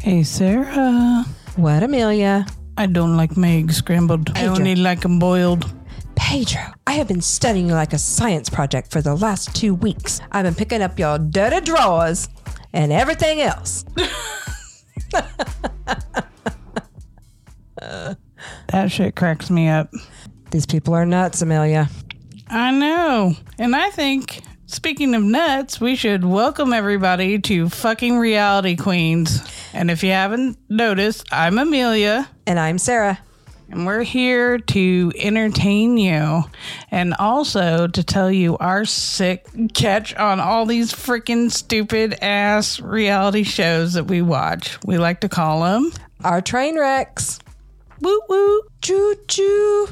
Hey, Sarah. What, Amelia? I don't like my eggs scrambled. I Pedro. only like them boiled. Pedro, I have been studying you like a science project for the last two weeks. I've been picking up your dirty drawers and everything else. That shit cracks me up. These people are nuts, Amelia. I know. And I think, speaking of nuts, we should welcome everybody to fucking Reality Queens. And if you haven't noticed, I'm Amelia. And I'm Sarah. And we're here to entertain you and also to tell you our sick catch on all these freaking stupid ass reality shows that we watch. We like to call them Our train wrecks. woot woot. Choo choo.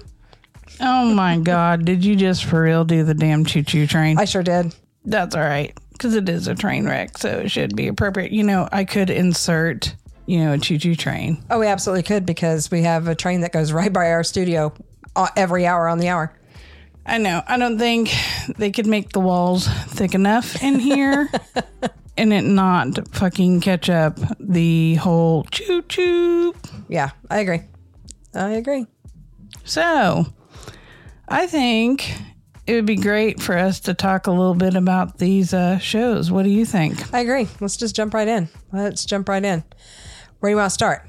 Oh my God. Did you just for real do the damn choo choo train? I sure did. That's all right. Because it is a train wreck. So it should be appropriate. You know, I could insert, you know, a choo choo train. Oh, we absolutely could because we have a train that goes right by our studio uh, every hour on the hour. I know. I don't think they could make the walls thick enough in here and it not fucking catch up the whole choo choo. Yeah, I agree. I agree. So I think it would be great for us to talk a little bit about these uh, shows. What do you think? I agree. Let's just jump right in. Let's jump right in. Where do you want to start?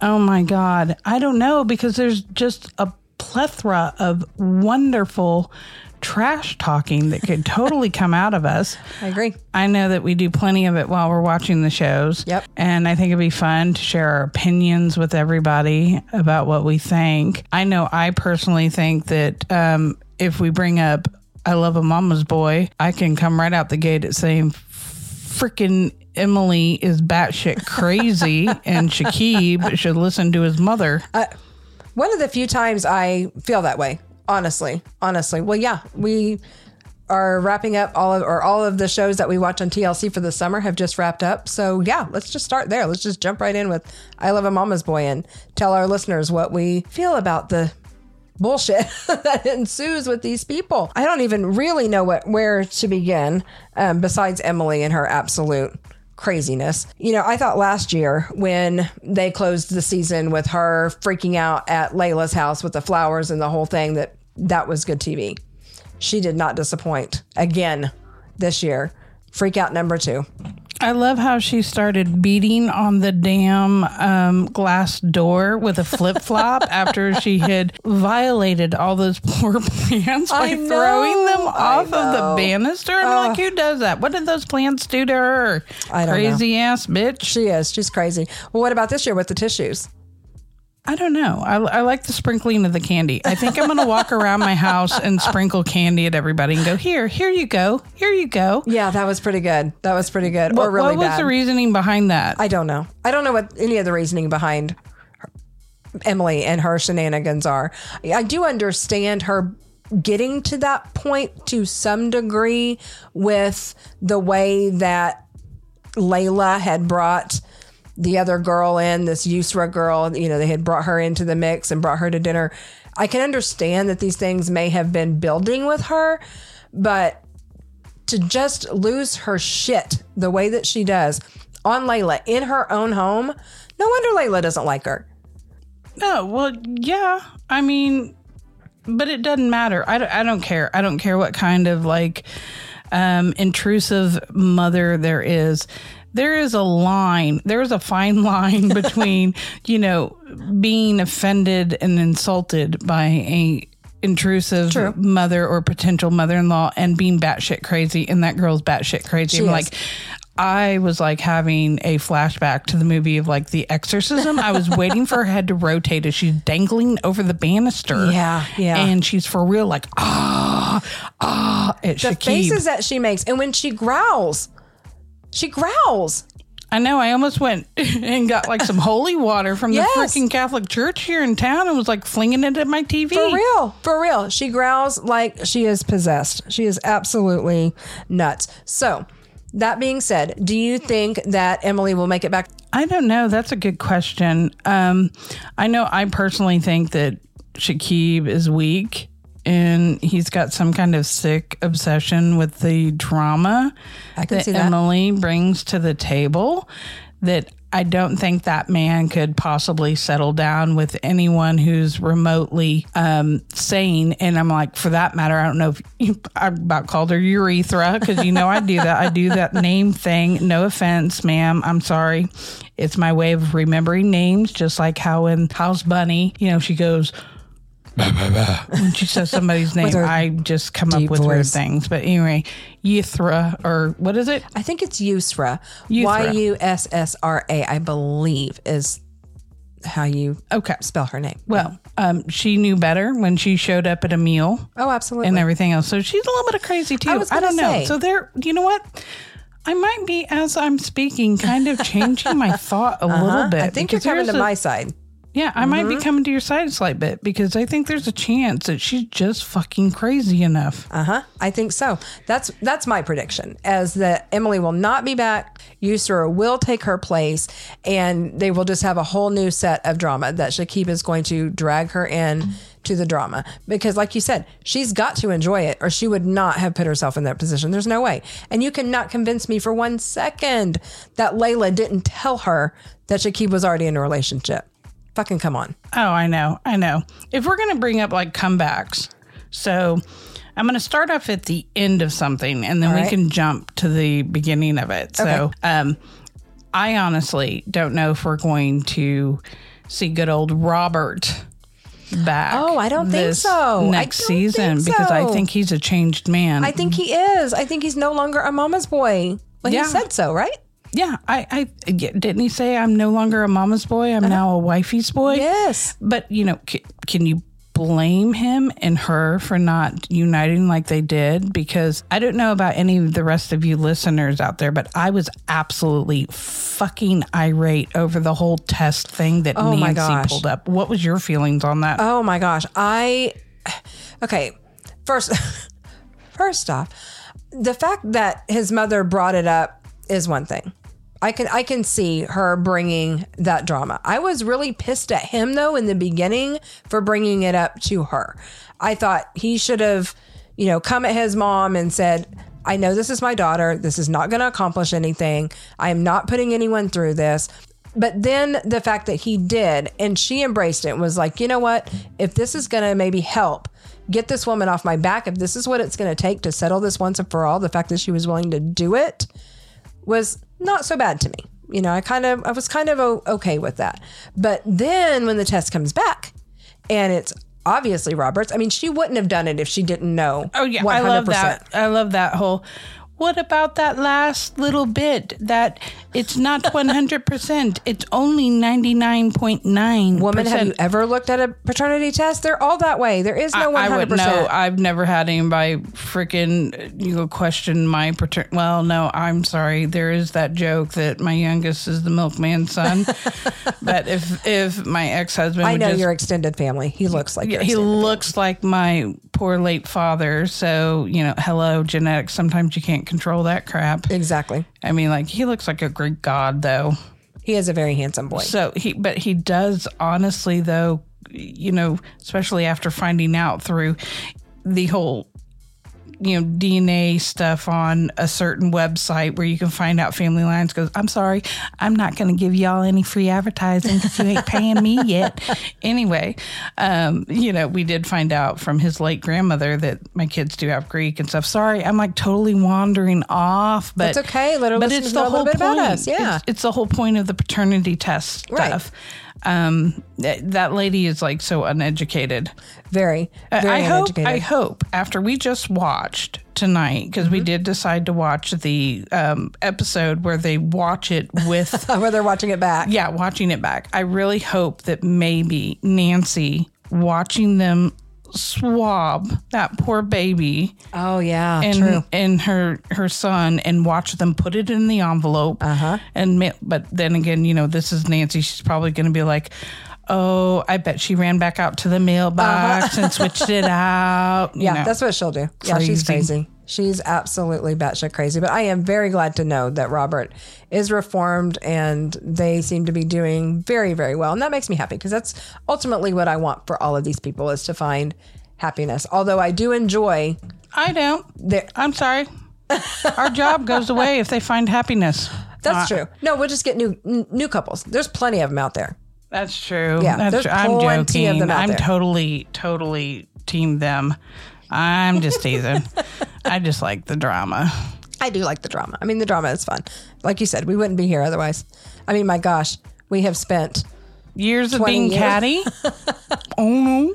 Oh my God. I don't know because there's just a plethora of wonderful trash talking that could totally come out of us. I agree. I know that we do plenty of it while we're watching the shows. Yep. And I think it'd be fun to share our opinions with everybody about what we think. I know I personally think that um, if we bring up I Love a Mama's Boy, I can come right out the gate at saying, freaking Emily is batshit crazy and Shakib should listen to his mother. One of the few times I feel that way, honestly. Honestly. Well, yeah, we are wrapping up all of or all of the shows that we watch on TLC for the summer have just wrapped up. So, yeah, let's just start there. Let's just jump right in with I Love a Mama's Boy and tell our listeners what we feel about the bullshit that ensues with these people. I don't even really know what where to begin um, besides Emily and her absolute craziness. You know, I thought last year when they closed the season with her freaking out at Layla's house with the flowers and the whole thing that that was good TV. She did not disappoint again this year. Freak out number 2. I love how she started beating on the damn um, glass door with a flip flop after she had violated all those poor plants by I know, throwing them I off of the know. banister. I'm like, who does that? What did those plants do to her? I don't know. Crazy ass bitch. She is. She's crazy. Well, what about this year with the tissues? I don't know. I, I like the sprinkling of the candy. I think I'm going to walk around my house and sprinkle candy at everybody and go, here, here you go, here you go. Yeah, that was pretty good. That was pretty good. or What, really what was bad. the reasoning behind that? I don't know. I don't know what any of the reasoning behind her- Emily and her shenanigans are. I do understand her getting to that point to some degree with the way that Layla had brought the other girl in, this Yusra girl, you know, they had brought her into the mix and brought her to dinner. I can understand that these things may have been building with her, but to just lose her shit the way that she does on Layla in her own home, no wonder Layla doesn't like her. No, well, yeah. I mean, but it doesn't matter. I don't, I don't care. I don't care what kind of like um, intrusive mother there is. There is a line, there is a fine line between, you know, being offended and insulted by a intrusive mother or potential mother-in-law and being batshit crazy and that girl's batshit crazy. I'm is. like, I was like having a flashback to the movie of like The Exorcism. I was waiting for her head to rotate as she's dangling over the banister. Yeah, yeah. And she's for real, like, ah, ah, at The Shakib. faces that she makes, and when she growls, she growls. I know. I almost went and got like some holy water from Yes. the freaking Catholic church here in town and was like flinging it at my TV. For real, for real. She growls like she is possessed. She is absolutely nuts. So, that being said, do you think that Emily will make it back? I don't know. That's a good question. Um, I know I personally think that Shakib is weak and he's got some kind of sick obsession with the drama I can see that. Emily brings to the table that I don't think that man could possibly settle down with anyone who's remotely um, sane. And I'm like, for that matter, I don't know if you, I about called her urethra because you know I do that. I do that name thing. No offense, ma'am. I'm sorry. It's my way of remembering names, just like how in House Bunny, you know, she goes. When she says somebody's name, her I just come up deep with weird voice. things. But anyway, urethra or what is it? I think it's Usra. Yusra. Y U S S R A, I believe, is how you Okay. spell her name. Well, um, she knew better when she showed up at a meal Oh, absolutely. and everything else. So she's a little bit of crazy too. I, was gonna don't know. say. So there, you know what? I might be as I'm speaking, kind of changing my thought a little bit. Uh-huh. I think you're coming to my Mm-hmm. side. yeah. I might be coming to your side a slight bit because I think there's a chance that she's just fucking crazy enough. Uh huh. I think so. That's that's my prediction. As that Emily will not be back. Usura will take her place, and they will just have a whole new set of drama that Shakib is going to drag her in to the drama because, like you said, she's got to enjoy it, or she would not have put herself in that position. There's no way. And you cannot convince me for one second that Layla didn't tell her that Shakib was already in a relationship. Fucking come on. Oh, I know. I know. If we're going to bring up like comebacks, so I'm going to start off at the end of something and then we right. can jump to the beginning of it. So, um, I honestly don't know if we're going to see good old Robert back. Oh, I don't think this so. I Next don't think season because I so. think he's a changed man. I think he is. I think he's no longer a mama's boy. Well, Yeah. he said so, right? yeah, I, I didn't he say I'm no longer a mama's boy. Uh-huh. I'm now a wifey's boy. Yes. But you know, c- can you blame him and her for not uniting like they did? Because I don't know about any of the rest of you listeners out there, but I was absolutely fucking irate over the whole test thing that my Nancy gosh. pulled up. What was your feelings on that? Oh my gosh. I okay. First first off, the fact that his mother brought it up is one thing. I can I can see her bringing that drama. I was really pissed at him though in the beginning for bringing it up to her. I thought he should have, you know, come at his mom and said, "I know this is my daughter. This is not going to accomplish anything. I am not putting anyone through this." But then the fact that he did and she embraced it and was like, you know what? If this is going to maybe help get this woman off my back, if this is what it's going to take to settle this once and for all, the fact that she was willing to do it was not so bad to me. You know, I kind of, I was kind of o- okay with that. But then when the test comes back and it's obviously Roberts, I mean, she wouldn't have done it if she didn't know. Oh yeah, I love 100%. that. I love that whole. What about that last little bit that it's not 100%, it's only 99.9%. Woman, have you ever looked at a paternity test? They're all that way. There is no 100%. I would know. I've never had anybody freaking you know, question my patern. Well, no, I'm sorry. There is that joke that my youngest is the milkman's son, but if if my ex husband, I know just, your extended family. He looks like yeah, your he extended- looks like my poor late father. So you know, hello genetics. Sometimes you can't control that crap. exactly. I mean, like he looks like a Greek god though. He is a very handsome boy. So he, but he does honestly though, you know, especially after finding out through the whole, you know, DNA stuff on a certain website where you can find out family lines. Goes, I'm sorry, I'm not going to give y'all any free advertising because you ain't paying me yet. Anyway, um, you know, we did find out from his late grandmother that my kids do have Greek and stuff. Sorry, I'm like totally wandering off, but It's okay. Let her but listen it's to the know a whole little bit about point. us. Yeah. It's- it's the whole point of the paternity test Right. stuff. Um, th- that lady is like so uneducated. Very, I- very I hope. uneducated. I hope after we just watched tonight because Mm-hmm. we did decide to watch the um, episode where they watch it with. where they're watching it back. yeah, watching it back. I really hope that maybe Nancy watching them swab that poor baby Oh yeah, and true. and her her son and watch them put it in the envelope. Uh-huh. And ma- but then again, you know, this is Nancy. She's probably going to be like, "Oh, I bet she ran back out to the mailbox and switched it out." you Uh-huh. Yeah, know. that's what she'll do. Yeah, she's crazy. She's absolutely batshit crazy. But I am very glad to know that Robert is reformed and they seem to be doing very, very well. And that makes me happy because that's ultimately what I want for all of these people is to find happiness. Although I do enjoy I don't. their I'm sorry. Our job goes away if they find happiness. That's true. No, we'll just get new n- new couples. There's plenty of them out there. That's true. Yeah, that's there's true. I'm plenty of joking. them out I'm there. totally, totally team them. I'm just teasing. I just like the drama. I do like the drama. I mean, the drama is fun. Like you said, we wouldn't be here otherwise. I mean, my gosh, we have spent Years of 20 being years. catty. oh no.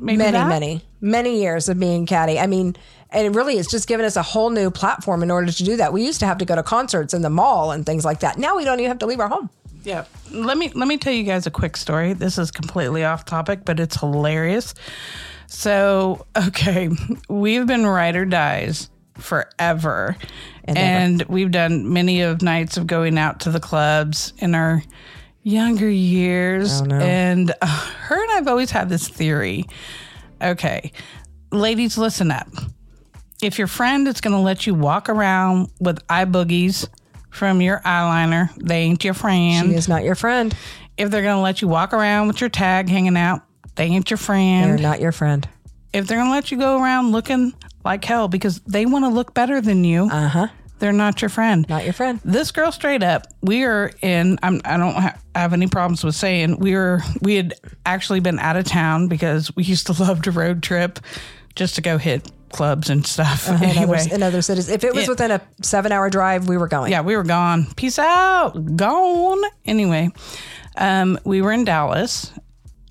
Maybe many, that? many, many years of being caddy. I mean, and it really, it's just given us a whole new platform in order to do that. We used to have to go to concerts in the mall and things like that. Now we don't even have to leave our home. Yeah. Let me let me tell you guys a quick story. This is completely off topic, but it's hilarious. So, okay, we've been ride or dies forever. And, we've done many of nights of going out to the clubs in our younger years. And uh, her and I've always had this theory. Okay. Ladies, listen up. If your friend is going to let you walk around with eye boogies from your eyeliner, they ain't your friend She is not your friend. if they're going to let you walk around with your tag hanging out, they ain't your They're friend. not your friend. If they're going to let you go around looking like hell because they want to look better than you, Uh huh. they're not your friend. Not your friend. This girl, straight up, we are in. I'm, I don't ha- have any problems with saying we were. We had actually been out of town because we used to love to road trip, just to go hit clubs and stuff. In, anyway, other, in other cities. If it was within a seven hour drive, we were going. yeah, we were gone. Peace out. Gone. Anyway, um, we were in Dallas.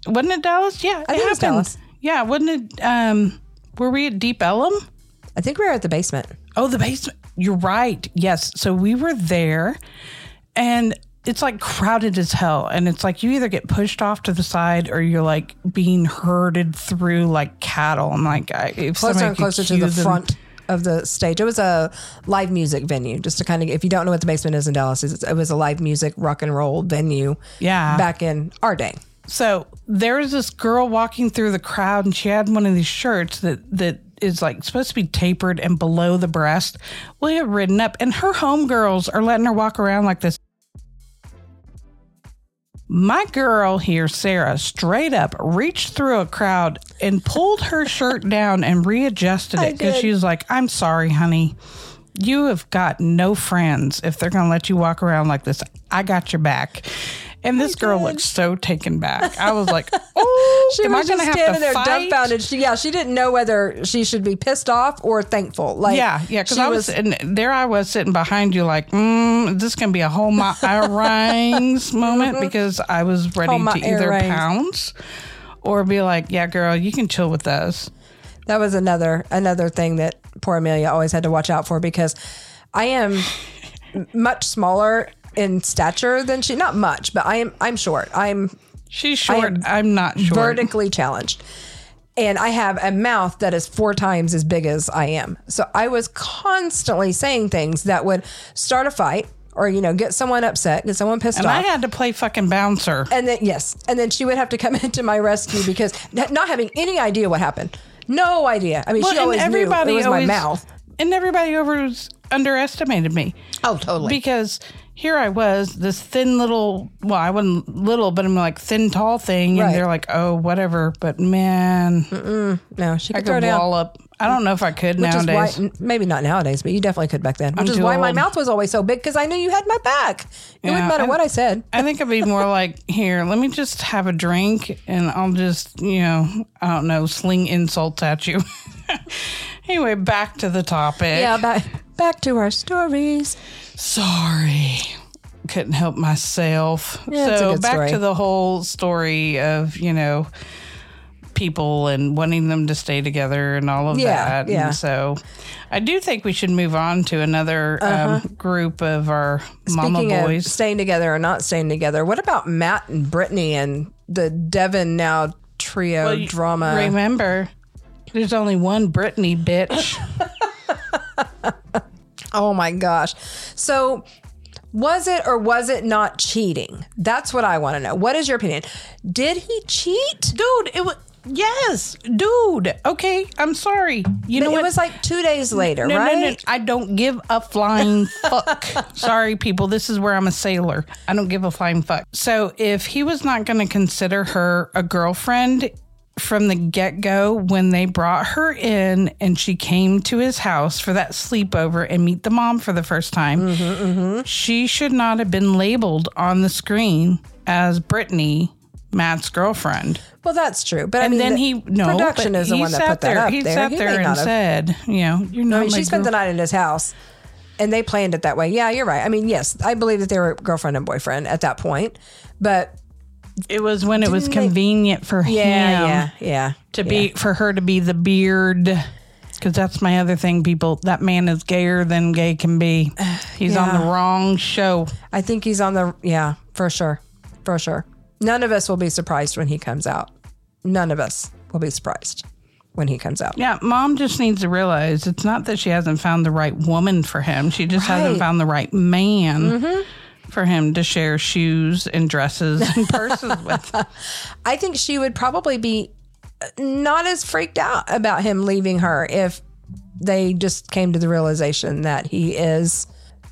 Wasn't it Dallas? Yeah, think it was Dallas. Yeah, wasn't it? Um, were we at Deep Ellum? I think we were at the basement. Oh, the basement. You're right. Yes. So we were there, and it's like crowded as hell. And it's like you either get pushed off to the side or you're like being herded through like cattle. I'm like, I, if Closer somebody and could closer to cue the them- front of the stage. It was a live music venue, just to kind of, if you don't know what the basement is in Dallas, it's- it was a live music rock and roll venue Yeah. back in our day. So there was this girl walking through the crowd, and she had one of these shirts that that is like supposed to be tapered and below the breast. Well, it had ridden up, and her homegirls are letting her walk around like this. My girl here, Sarah, straight up reached through a crowd and pulled her shirt down and readjusted it because did. she was like, "I'm sorry, honey." you have got no friends if they're going to let you walk around like this. I got your back. And this girl looked so taken back. I was like, oh, She am was I going just to have standing to there fight? dumbfounded. She, yeah, she didn't know whether she should be pissed off or thankful. Like, Yeah, yeah, because she I was, and there I was sitting behind you, like, mm, is this going to be a whole my rings moment? Because I was ready Mm-hmm. to my either earrings. pounce or be like, yeah, girl, you can chill with us. that was another another thing that poor Amelia always had to watch out for because I am m- much smaller in stature than she. Not much, but I am. I'm short. I'm She's short. I'm not short. vertically challenged. And I have a mouth that is four times as big as I am. So I was constantly saying things that would start a fight or, you know, get someone upset, get someone pissed and off. I had to play fucking bouncer. And then yes, and then she would have to come into my rescue because n- not having any idea what happened, no idea. I mean, she always knew it was my mouth. And everybody over was underestimated me. Oh, totally. because here I was, this thin little, well, I wasn't little, but I'm like thin, tall thing. Right. And they're like, oh, whatever. But man, no, she I could throw could down. wall up. I don't know if I could Which is why, nowadays. n- maybe not nowadays, but you definitely could back then. Which is too why my old. mouth was always so big because I knew you had my back. It Yeah, wouldn't matter I- what I said. I think I'd be more like, here, let me just have a drink and I'll just, you know, I don't know, sling insults at you. anyway, back to the topic. Yeah, back back to our stories. Sorry. Couldn't help myself. Yeah, it's a so good back story. to the whole story of, you know, people and wanting them to stay together and all of Yeah, that. yeah. And so I do think we should move on to another um, group of our mama Uh-huh. Speaking boys. of staying together or not staying together, what about Matt and Brittany and the Devon now trio You- drama? Remember, there's only one Brittany bitch. Oh my gosh. So was it or was it not cheating? That's what I want to know. What is your opinion? Did he cheat? dude, it was. Yes, dude. Okay, I'm sorry. You know It what? was like two days later, right? I don't give a flying fuck. Sorry, people. This is where I'm a sailor. I don't give a flying fuck. So if he was not going to consider her a girlfriend, from the get go when they brought her in and she came to his house for that sleepover and meet the mom for the first time, Mm-hmm, she should not have been labeled on the screen as Brittany, Matt's girlfriend. Well, that's true. But I And mean, then the he no production but is the he one that sat put that there, up He there. sat He may there and not have- said, you know, you're not I mean, my she spent girl- the night in his house and they planned it that way. Yeah, you're right. I mean, yes, I believe that they were girlfriend and boyfriend at that point. But It was when it was Didn't they- convenient for yeah, him yeah, yeah. to be for her to be the beard. Because that's my other thing, people. That man is gayer than gay can be. He's on the Yeah. wrong show. I think he's on the, yeah, for sure. For sure. None of us will be surprised when he comes out. None of us will be surprised when he comes out. Yeah, mom just needs to realize it's not that she hasn't found the right woman for him. She just hasn't Right. found the right Mm-hmm. man for him to share shoes and dresses and purses with. I think she would probably be uh, not as freaked out about him leaving her if they just came to the realization that he is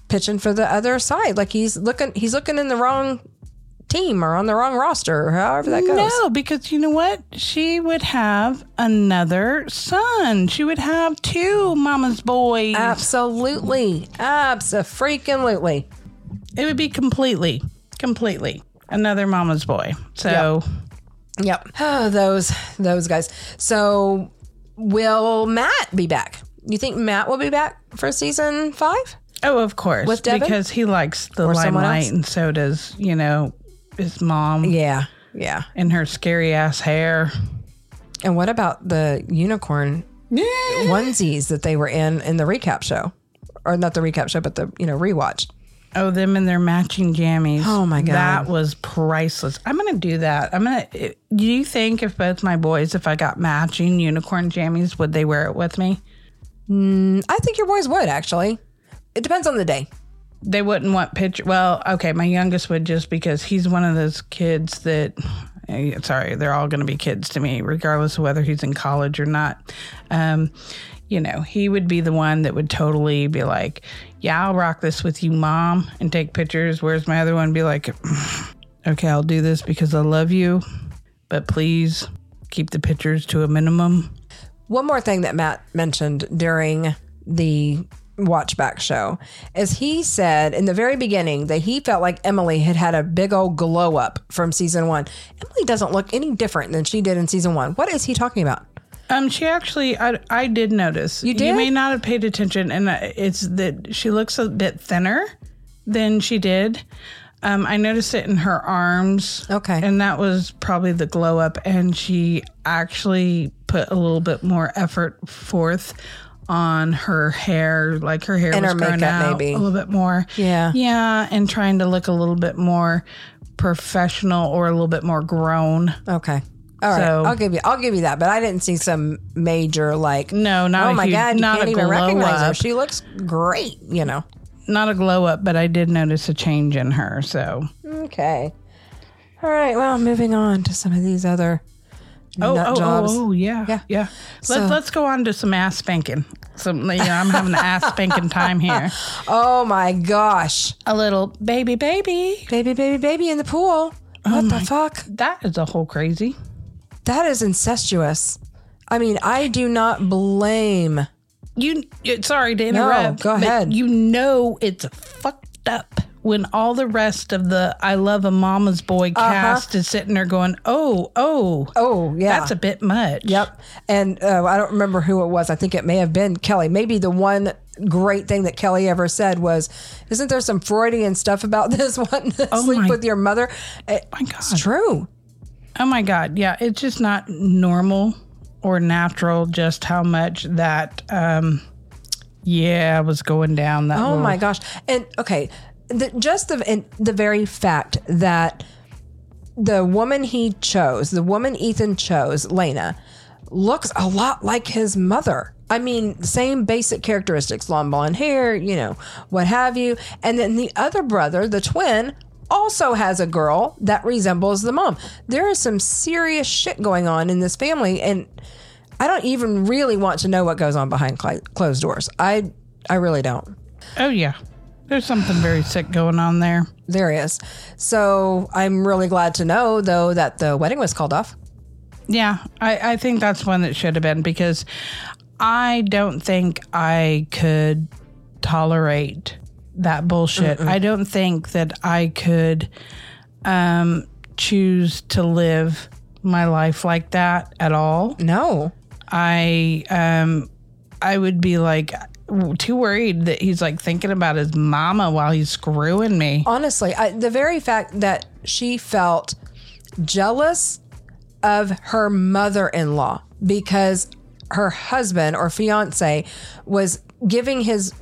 pitching for the other side. Like he's looking, he's looking in the wrong team or on the wrong roster or however that goes. No, because you know what? She would have another son. She would have two mama's boys. Absolutely, absolutely. it would be completely, completely another mama's boy. So Yep. Oh, those those guys. So will Matt be back? You think Matt will be back for season five? Oh, of course. With Devin? Because he likes the someone limelight, else? and so does, you know, his mom Yeah. Yeah. and her scary ass hair. And what about the unicorn onesies that they were in in the recap show, or not the recap show, but the you know rewatch? Oh, them and their matching jammies. Oh, my God. That was priceless. I'm going to do that. I'm going to. Do you think if both my boys, if I got matching unicorn jammies, would they wear it with me? I think your boys would actually. It depends on the day. They wouldn't want picture. Well, okay, my youngest would just because he's one of those kids that. eh, Sorry, they're all going to be kids to me, regardless of whether he's in college or not. Um, you know, he would be the one that would totally be like, "Yeah, I'll rock this with you, mom," and take pictures. Whereas my other one be like, "Mm, "Okay, I'll do this because I love you, but please keep the pictures to a minimum." One more thing that Matt mentioned during the watch back show is he said in the very beginning that he felt like Emily had had a big old glow up from season one. Emily doesn't look any different than she did in season one. What is he talking about? Um, she actually, I, I did notice. You You did? may not have paid attention, and uh, it's that she looks a bit thinner than she did. Um, I noticed it in her arms. Okay. And that was probably the glow up. And she actually put a little bit more effort forth on her hair, like her hair And was her grown makeup, out maybe. a little bit more. Yeah. Yeah. And trying to look a little bit more professional or a little bit more grown. Okay. All right, So- I'll give you. I'll give you that, but I didn't see some major like. No, not oh a my huge- god, you not can't a even glow recognize her. up. She looks great. You know. not a glow up, but I did notice a change in her. So, Okay. All right. Well, moving on to some of these other oh, nut oh, oh, jobs. oh, yeah, Yeah. yeah. So- Let's let's go on to some ass spanking. Some, you know, I'm having the ass spanking time here. Oh. my gosh, A little baby, baby. baby, baby, baby in the pool. What the fuck? That is a whole crazy. That is incestuous. I mean, I do not blame. You, it- sorry to interrupt. go but ahead. You know it's fucked up when all the rest of the "I Love a Mama's Boy" cast is sitting there going, "Oh, oh, Uh-huh. Oh yeah, that's a bit much." Yep. And uh, I don't remember who it was. I think it may have been Kelly. Maybe the one great thing that Kelly ever said was, Isn't there some Freudian stuff about this one? Sleep my- with your mother. It- My God. it's true. Oh my God. Yeah. It's just not normal or natural just how much that, um, yeah, was going down that Oh little- my gosh. And okay, the, just the, and the very fact that the woman he chose, the woman Ethan chose, Lena, looks a lot like his mother. I mean, same basic characteristics, long blonde hair, you know, what have you. And then the other brother, the twin, also has a girl that resembles the mom. There is some serious shit going on in this family and I don't even really want to know what goes on behind cli- closed doors. I I really don't. Oh yeah. There's something very sick going on there. There is. So I'm really glad to know, though, that the wedding was called off. Yeah, I, I think that's one that should have been because I don't think I could tolerate that bullshit. I don't think that I could um, choose to live my life like that at all. No. I um I would be like w- too worried that he's like thinking about his mama while he's screwing me. honestly, I, the very fact that she felt jealous of her mother in law because her husband or fiance was giving his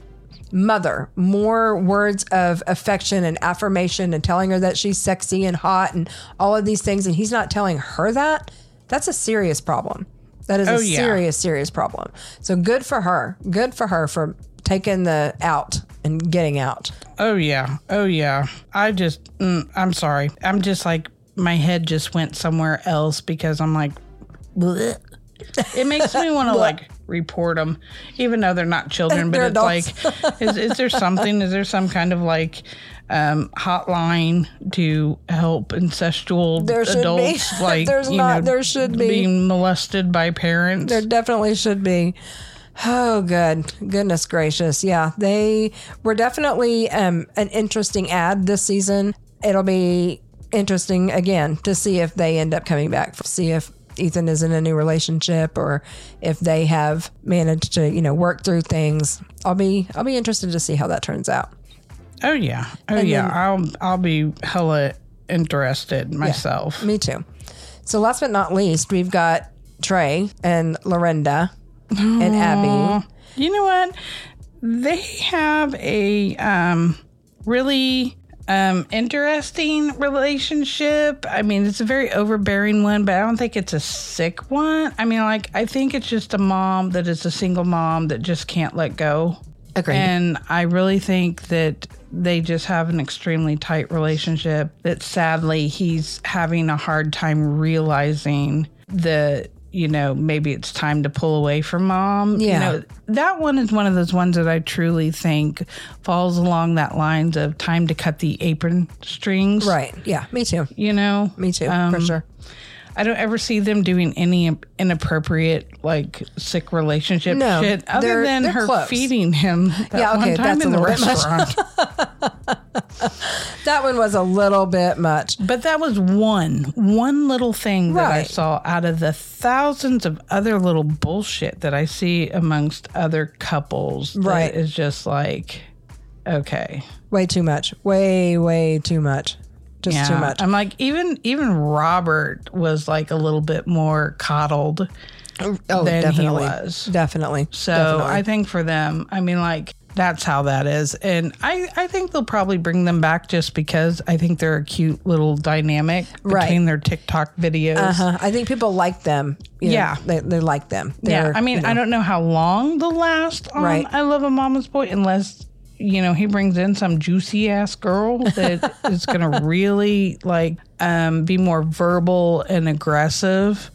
mother more words of affection and affirmation and telling her that she's sexy and hot and all of these things, and he's not telling her that, that's a serious problem. That is a yeah. serious, serious problem. So good for her. Good for her for taking the out and getting out. Oh yeah. Oh yeah. I just mm, I'm sorry. I'm just like my head just went somewhere else because I'm like bleh. it makes me want to like report them even though they're not children but They're it's like is, is there something is there some kind of like um, hotline to help incestual There should be. adults like There's you not- know, there should be. being molested by parents There definitely should be. Oh, good. Goodness gracious. Yeah, they were definitely um, an interesting ad this season. It'll be interesting again to see if they end up coming back, see if Ethan is in a new relationship or if they have managed to, you know, work through things. I'll be I'll be interested to see how that turns out. oh yeah oh yeah i'll i'll be hella interested myself Me too. So last but not least, we've got Trey and Lorinda and Abby. You know what? They have a um, really um, interesting relationship. I mean, it's a very overbearing one, but I don't think it's a sick one. I mean, like, I think it's just a mom that is a single mom that just can't let go. Agreed. And I really think that they just have an extremely tight relationship that sadly he's having a hard time realizing that, you know, maybe it's time to pull away from mom. Yeah. You know, that one is one of those ones that I truly think falls along that lines of time to cut the apron strings. Right. Yeah, me too. You know? Me too, for Um, sure. I don't ever see them doing any inappropriate, like sick relationship No, shit, other they're- than they're her close. feeding him that Yeah, okay, one time that's in a the little bit much. restaurant. That one was a little bit much. but that was one, one little thing that I Right. saw out of the thousands of other little bullshit that I see amongst other couples. that Right. is just like, okay, Way too much. Way, way too much. Just too Yeah. much. I'm like, even even Robert was like a little bit more coddled Oh, than definitely. he was. Definitely. So I think for them, I mean, like that's how that is, and I I think they'll probably bring them back just because I think they're a cute little dynamic Right. between their TikTok videos. uh I think people like them. you know, Yeah. they, they like them. Yeah, They're- I mean, I don't know how long they'll last on Right. I Love a Mama's Boy unless you know he brings in some juicy ass girl that is going to really like um, be more verbal and aggressive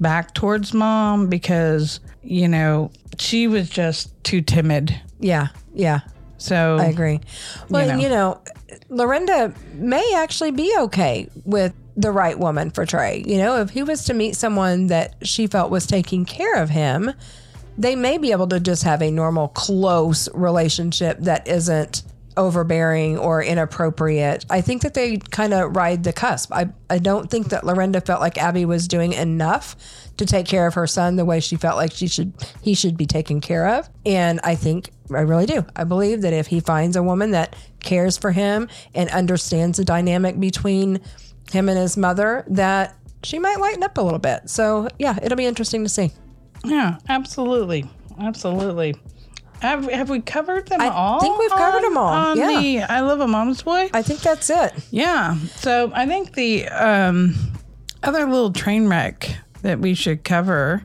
back towards mom because you know she was just too timid. yeah, yeah, So I agree. Well, You and you know, Lorinda may actually be okay with the right woman for Trey. You know, if he was to meet someone that she felt was taking care of him, they may be able to just have a normal, close relationship that isn't overbearing or inappropriate. I think that they kind of ride the cusp. I, I don't think that Lorinda felt like Abby was doing enough to take care of her son the way she felt like she should he should be taken care of. And I think I really do. I believe that if he finds a woman that cares for him and understands the dynamic between him and his mother that she might lighten up a little bit. So, yeah, it'll be interesting to see. Yeah, absolutely, absolutely. Have, have we covered them all? think we've covered on- them all, On yeah. the I Love a Mama's Boy. I think that's it. Yeah. So I think the um, other little train wreck that we should cover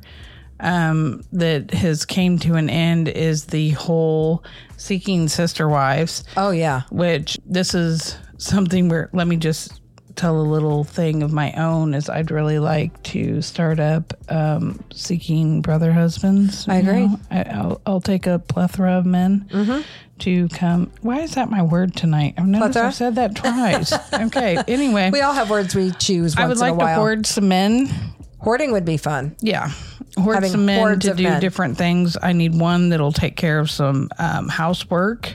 um, that has came to an end is the whole seeking sister wives, Oh yeah. which this is something where let me just tell a little thing of my own is I'd really like to start up um, seeking brother husbands. I agree. Mm-hmm. I, I'll, I'll take a plethora of men to come. Why is that my word tonight? I've noticed Plethora? I've said that twice. okay. Anyway, We all have words we choose once I would in a like to while. hoard some men Hoarding would be fun. Yeah. Hoard Having some men hordes to of do men. different things. I need one that'll take care of some um, housework.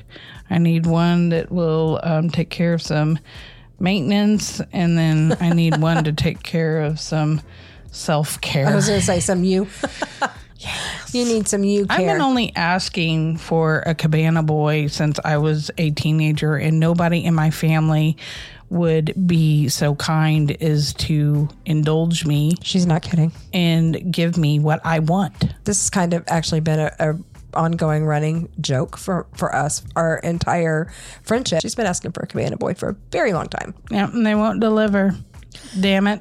I need one that will um, take care of some maintenance. And then I need one to take care of some self I care. was going to say some you. You need some you I've care. been only asking for a cabana boy since I was a teenager, and nobody in my family would be so kind as to indulge me She's not kidding. and give me what I want. This has kind of actually been a, a ongoing running joke for, for us, our entire friendship. She's been asking for a cabana boy for a very long time. Yeah, and they won't deliver. Damn it.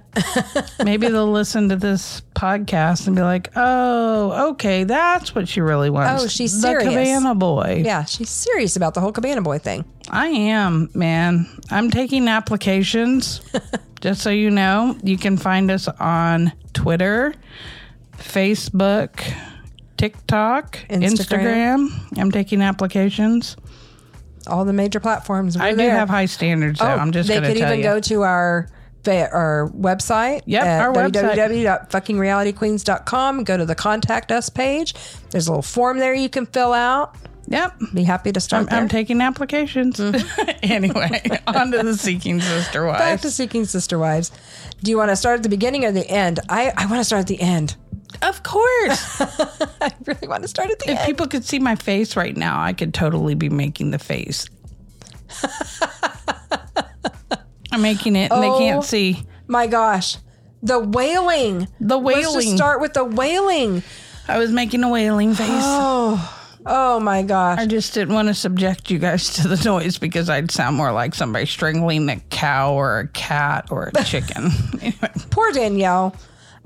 Maybe they'll listen to this podcast and be like, oh, okay, that's what she really wants. Oh, she's the serious. Cabana boy. Yeah, she's serious about the whole cabana boy thing. I am, man. I'm taking applications. Just so you know, you can find us on Twitter, Facebook, TikTok, Instagram. Instagram. I'm taking applications. All the major platforms. We're I do there. have high standards, though. Oh, I'm just they going to could tell even you. go to our fa- our website Yep, at our website. www.fuckingrealityqueens.com go to the contact us page there's a little form there you can fill out yep. be happy to start I'm, I'm there. Mm. taking applications. anyway, on to the Seeking Sister back Wives. to seeking sister wives do you want to start at the beginning or the end i, I want to start at the end Of course. i really want to start at the if end people could see my face right now, I could totally be making the face. I'm making it and they Oh. can't see. my gosh the wailing The let's just wailing. start with the wailing I was making a wailing face. oh oh my gosh I just didn't want to subject you guys to the noise because I'd sound more like somebody strangling a cow or a cat or a chicken. anyway, poor Danielle.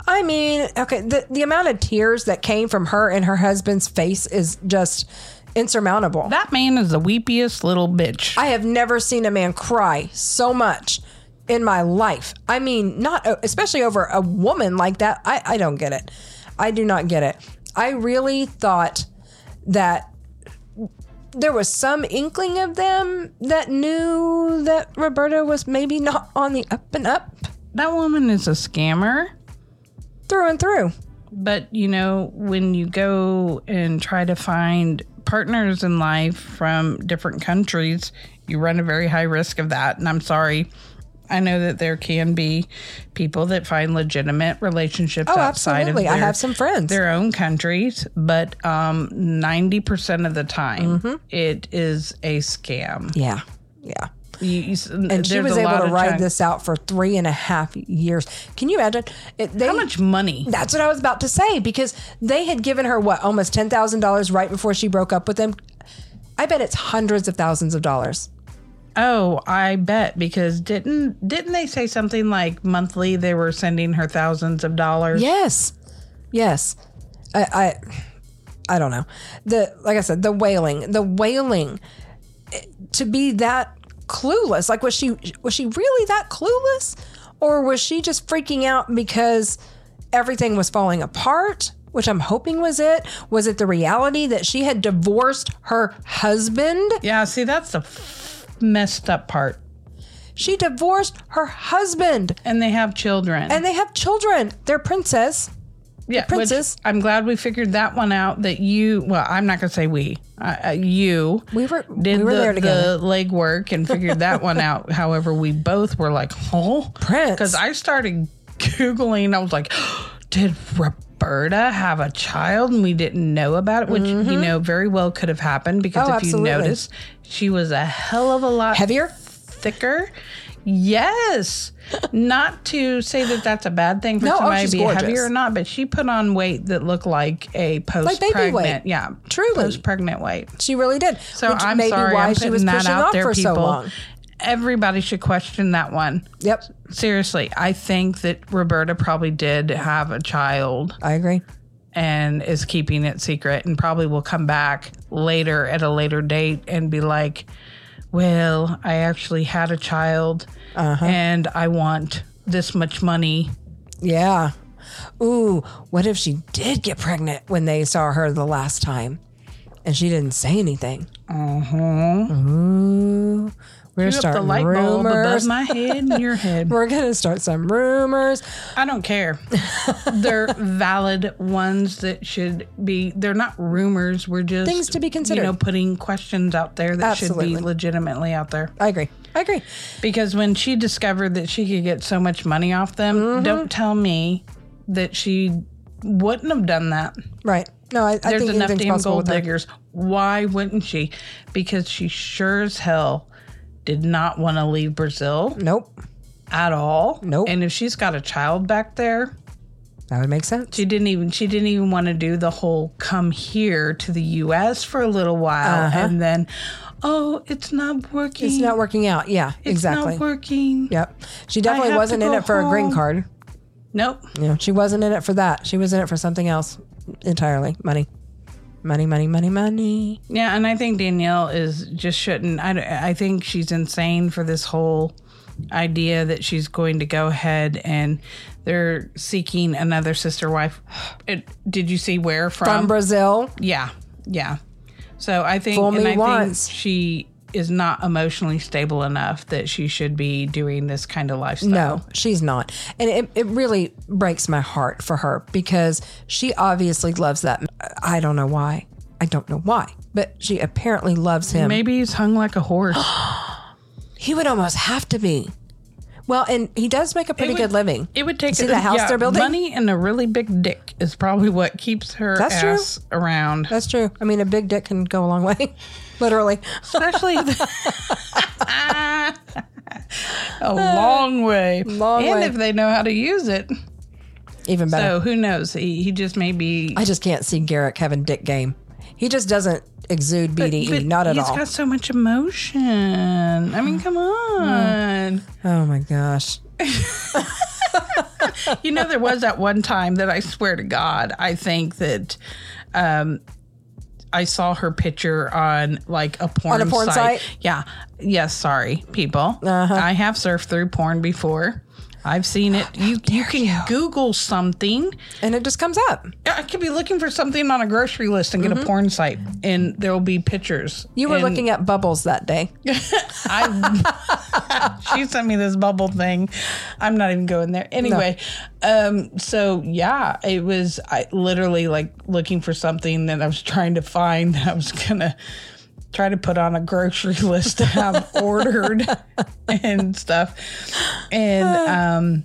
I mean, okay, the, the amount of tears that came from her and her husband's face is just insurmountable. that man is the weepiest little bitch. I have never seen a man cry so much in my life. I mean, not uh, especially over a woman like that. I, I don't get it. I do not get it. I really thought that there was some inkling of them that knew that Roberta was maybe not on the up and up that woman is a scammer. through and through. But you know, when you go and try to find partners in life from different countries, you run a very high risk of that. And I'm sorry. I know that there can be people that find legitimate relationships Oh, outside absolutely. of I their, have some friends. their own countries, but um, 90% of the time, Mm-hmm. it is a scam. Yeah. Yeah. You- you s- And she there's was a lot able to of ride time- this out for three and a half years. Can you imagine? It, they, How much money? That's what I was about to say because they had given her what almost ten thousand dollars right before she broke up with them. I bet it's hundreds of thousands of dollars. Oh, I bet because didn't didn't they say something like monthly they were sending her thousands of dollars? Yes, yes. I, I, I don't know. The like I said, the wailing, the wailing. eh, To be that clueless, like was she was she really that clueless, or was she just freaking out because everything was falling apart? Which I'm hoping was it. Was it the reality that she had divorced her husband? Yeah, see that's the f- messed up part. She divorced her husband, And they have children. and they have children. They're princess. yeah, which princes. I'm glad we figured that one out that you well, I'm not going to say we. Uh, uh, you We were did we were the, there together. the legwork and figured that one out. However, we both were like, "Oh, Prince. Because I started googling. I was like, "Did Roberta have a child?" And we didn't know about it, which you know very well could have happened because Mm-hmm. Oh, if absolutely. you notice, she was a hell of a lot Heavier. thicker. Yes, not to say that that's a bad thing for No, oh, somebody she's to be gorgeous. heavier or not, but she put on weight that looked like a post baby pregnant, weight. yeah, Truly. post pregnant weight. She really did. So Which I'm may be sorry, why I'm she putting was that pushing out off there, for people. so long. Everybody should question that one. Yep, Seriously, I think that Roberta probably did have a child I agree. and is keeping it secret, and probably will come back later at a later date and be like, "Well, I actually had a child, Uh-huh. and I want this much money." Yeah. Ooh, what if she did get pregnant when they saw her the last time, and she didn't say anything? Uh-huh. Ooh, We're gonna Threw up start the light bulb above rumors. my head and your head. We're gonna start some rumors. I don't care. they're valid ones that should be. They're not rumors. We're just Things to be considered. You know, putting questions out there that should Absolutely. be legitimately out there. I agree. I agree. Because when she discovered that she could get so much money off them, Mm-hmm. don't tell me that she wouldn't have done that. Right. No, I, I There's think enough anything's damn possible gold with her. diggers. Why wouldn't she? Because she sure as hell did not want to leave Brazil Nope. at all. Nope. And if she's got a child back there, That would make sense. she didn't even she didn't even want to do the whole come here to the US for a little while and then oh, it's not working. Uh-huh. It's not working out. Yeah, It's not exactly. working. Yep. She definitely have to wasn't in go it for a green home. card. Nope. Yeah, she wasn't in it for that. She was in it for something else entirely. Money. Money, money, money, money. Yeah, and I think Danielle is just shouldn't. I, I think she's insane for this whole idea that she's going to go ahead and they're seeking another sister wife. It, did you see where From from? Brazil. yeah, yeah. So I think, Fool and me I once. think she is not emotionally stable enough that she should be doing this kind of lifestyle. No, she's not. And it, it really breaks my heart for her because she obviously loves that. I don't know why. I don't know why. But she apparently loves him. Maybe he's hung like a horse. He would almost have to be. Well, and he does make a pretty would- good living. It would take See the house they're building? Money and a really big dick is probably what keeps her That's true. ass around. That's true. I mean, a big dick can go a long way, literally. especially a long way Long and way. if they know how to use it Even better. so who knows he, he just may be I just can't see Garrick having dick game. He just doesn't exude BDE, But not at all. he's got so much emotion i mean come on oh my gosh. you know there was that one time that i swear to god i think that um I saw her picture on like a porn, a porn site? Yeah. Yes, sorry, people. Uh-huh. I have surfed through porn before. I've seen it. You you can Google something. And it just comes up. Yeah, I could be looking for something on a grocery list and get a porn site, and there will be pictures. Mm-hmm. You were And looking at bubbles that day. I, she sent me this bubble thing. I'm not even going there. Anyway, um, so yeah, it was I literally like looking for something that I was trying to find that I was gonna try to put on a grocery list to have ordered and stuff. And um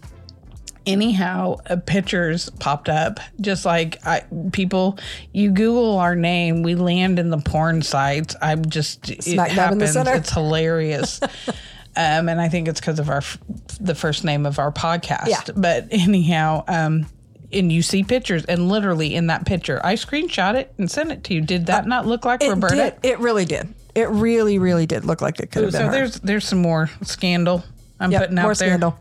anyhow uh, pictures popped up just like I, people you google our name we land in the porn sites i'm just Smack it dab in the happens center. it's hilarious um and i think it's because of our f- the first name of our podcast Yeah. but anyhow um and you see pictures and literally in that picture i screenshot it and sent it to you did that not look like roberta Uh, It, did, it really did. It really, really did look like it could have been so her. there's there's some more scandal i'm Yep, putting out more there scandal.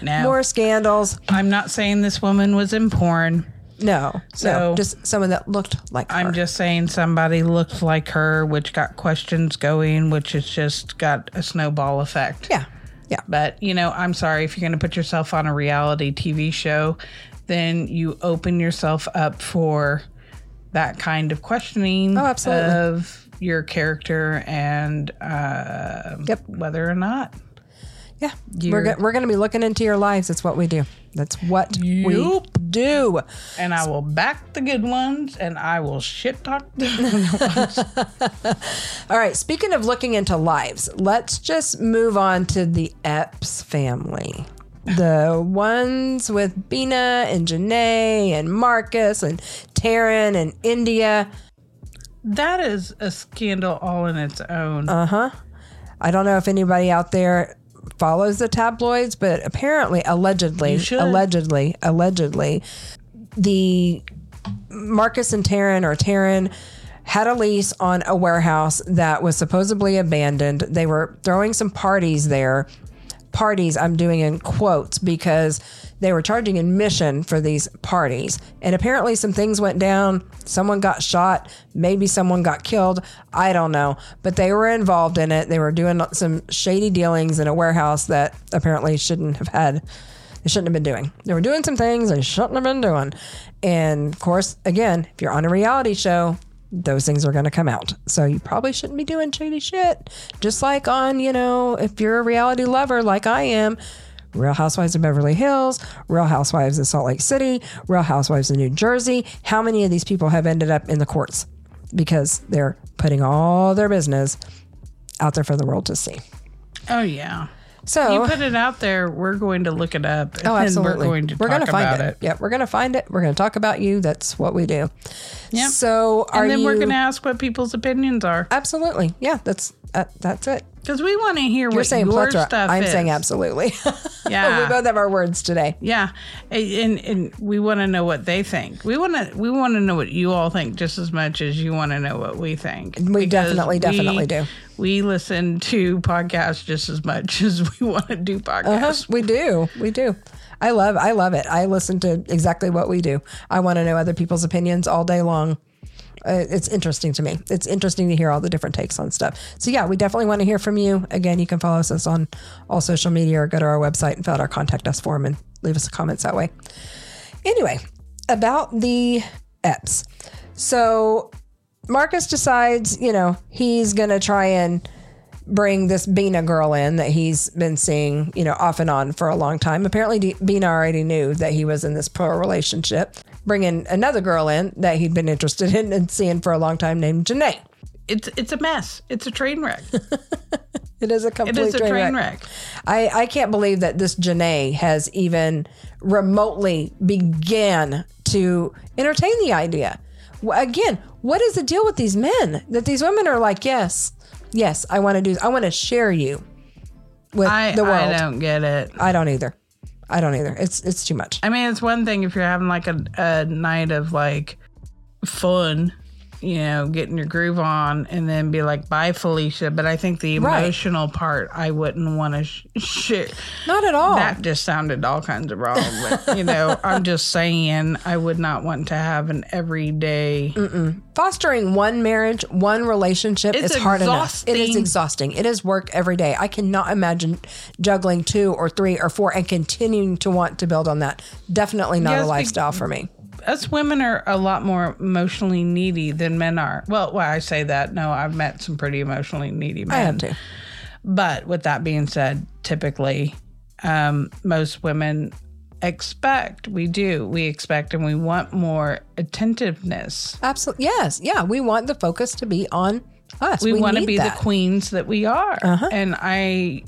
now More scandals. i'm not saying this woman was in porn No. So- no. Just someone that looked like her. I'm just saying somebody looked like her, which got questions going, which has just got a snowball effect. Yeah. Yeah. But, you know, I'm sorry if you're going to put yourself on a reality TV show, then you open yourself up for that kind of questioning Oh, absolutely. of your character and uh, Yep. whether or not. Yeah. We're, go- we're going to be looking into your lives. That's what we do. That's what we Yup. do. And I will back the good ones and I will shit talk. All right. Speaking of looking into lives, let's just move on to the Epps family. The ones with Bina and Janae and Marcus and Taryn and India. that is a scandal all in its own. Uh, Uh-huh. I don't know if anybody out there follows the tabloids, but apparently, allegedly, should. allegedly, allegedly, the Marcus and Taryn or Taryn had a lease on a warehouse that was supposedly abandoned. They were throwing some parties there. Parties, I'm doing in quotes because they were charging admission for these parties. And apparently, some things went down. Someone got shot. Maybe someone got killed. I don't know. But they were involved in it. They were doing some shady dealings in a warehouse that apparently shouldn't have had they shouldn't have been doing. They were doing some things they shouldn't have been doing. And of course, again, if you're on a reality show, those things are going to come out. So you probably shouldn't be doing shady shit. Just like on, you know, if you're a reality lover like I am, Real Housewives of Beverly Hills, Real Housewives of Salt Lake City, Real Housewives of New Jersey. How many of these people have ended up in the courts because they're putting all their business out there for the world to see? Oh yeah. So You put it out there, we're going to look it up. Oh, and absolutely. We're going to We're talk gonna find about it. it. Yeah, we're going to find it. We're going to talk about you. That's what we do. Yep. So are And then you? we're going to ask what people's opinions are absolutely. Yeah, that's uh, that's it. because we want to hear You're what saying your plethora. stuff I'm is. saying absolutely. we Yeah. both have our words today. yeah. And, and we want to know what they think. We want to we want to know what you all think just as much as you want to know what we think. We definitely, definitely do. We listen to podcasts just as much as we want to do podcasts. Yes, Uh-huh. we do. We do. I love. I love it. I listen to exactly what we do. I want to know other people's opinions all day long. Uh, it's interesting to me. It's interesting to hear all the different takes on stuff. So yeah, we definitely want to hear from you. Again, you can follow us on all social media or go to our website and fill out our contact us form and leave us comments that way. Anyway, about the EPS. So Marcus decides, you know, he's going to try and bring this Bina girl in that he's been seeing, you know, off and on for a long time. Apparently, D- Bina already knew that he was in this poor relationship, bringing another girl in that he'd been interested in and seeing for a long time named Janae. It's it's a mess. It's a train wreck. It is a It complete is a train, wreck. wreck. I, I can't believe that this Janae has even remotely began to entertain the idea. Wh- Again, what is the deal with these men that these women are like, yes, yes, I want to do, I want to share you with I, the world. I don't get it. I don't either. I don't either. It's it's too much. I mean, it's one thing if you're having like a, a night of like fun, you know, getting your groove on and then be like, bye, Felicia. But I think the Right. emotional part, I wouldn't want to sh- share. Not at all. That just sounded all kinds of wrong. But, you know, I'm just saying, I would not want to have an everyday. Mm. Fostering one marriage, one relationship It's is hard enough. It is exhausting. exhausting. It is work every day. I cannot imagine juggling two or three or four and continuing to want to build on that. Definitely not Yes, a be- lifestyle for me. Us women are a lot more emotionally needy than men are. Well, why I say that, no, I've met some pretty emotionally needy men. I have to. But with that being said, typically, um, most women expect, we do, we expect and we want more attentiveness. Absolutely. Yes. Yeah. We want the focus to be on us. We, want to need be that. Uh-huh. the queens that we are. And I,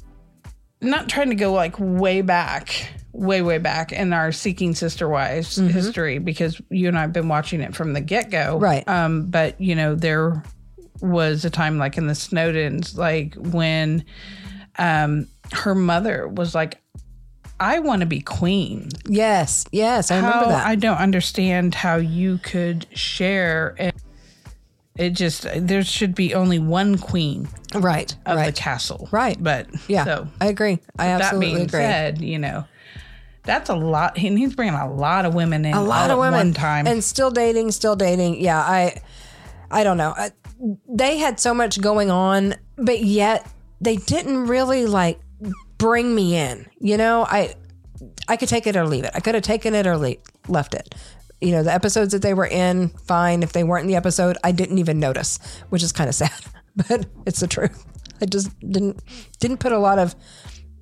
not trying to go like way back, way, way back in our Seeking Sister Wives Mm-hmm. history, because you and I have been watching it from the get go. Right. Um, but, you know, there was a time like in the Snowdens, like when um, her mother was like, I want to be queen. Yes. Yes. I remember How that. I don't understand how you could share. And it just there should be only one queen right. of Right. the castle, Right. But yeah. So I agree. I that absolutely being agree. said, you know, that's a lot, and he's bringing a lot of women in a lot all of at women one time. and still dating still dating yeah i i don't know I, they had so much going on but yet they didn't really like bring me in you know i i could take it or leave it i could have taken it or le- left it you know the episodes that they were in fine if they weren't in the episode i didn't even notice which is kind of sad but it's the truth i just didn't didn't put a lot of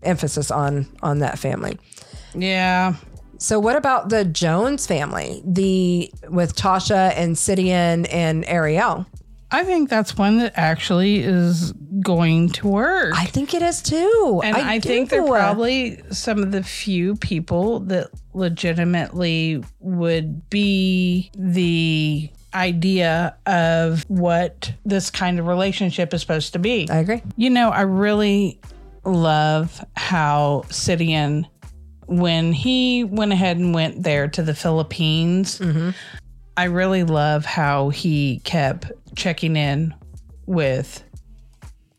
emphasis on on that family yeah, so what about the Jones family? The with Tasha and Sidian and Ariel. I think that's one that actually is going to work. I think it is too. And I, think they're do. probably some of the few people that legitimately would be the idea of what this kind of relationship is supposed to be. I agree. You know, I really love how Sidian, when he went ahead and went there to the Philippines, I really love how he kept checking in with,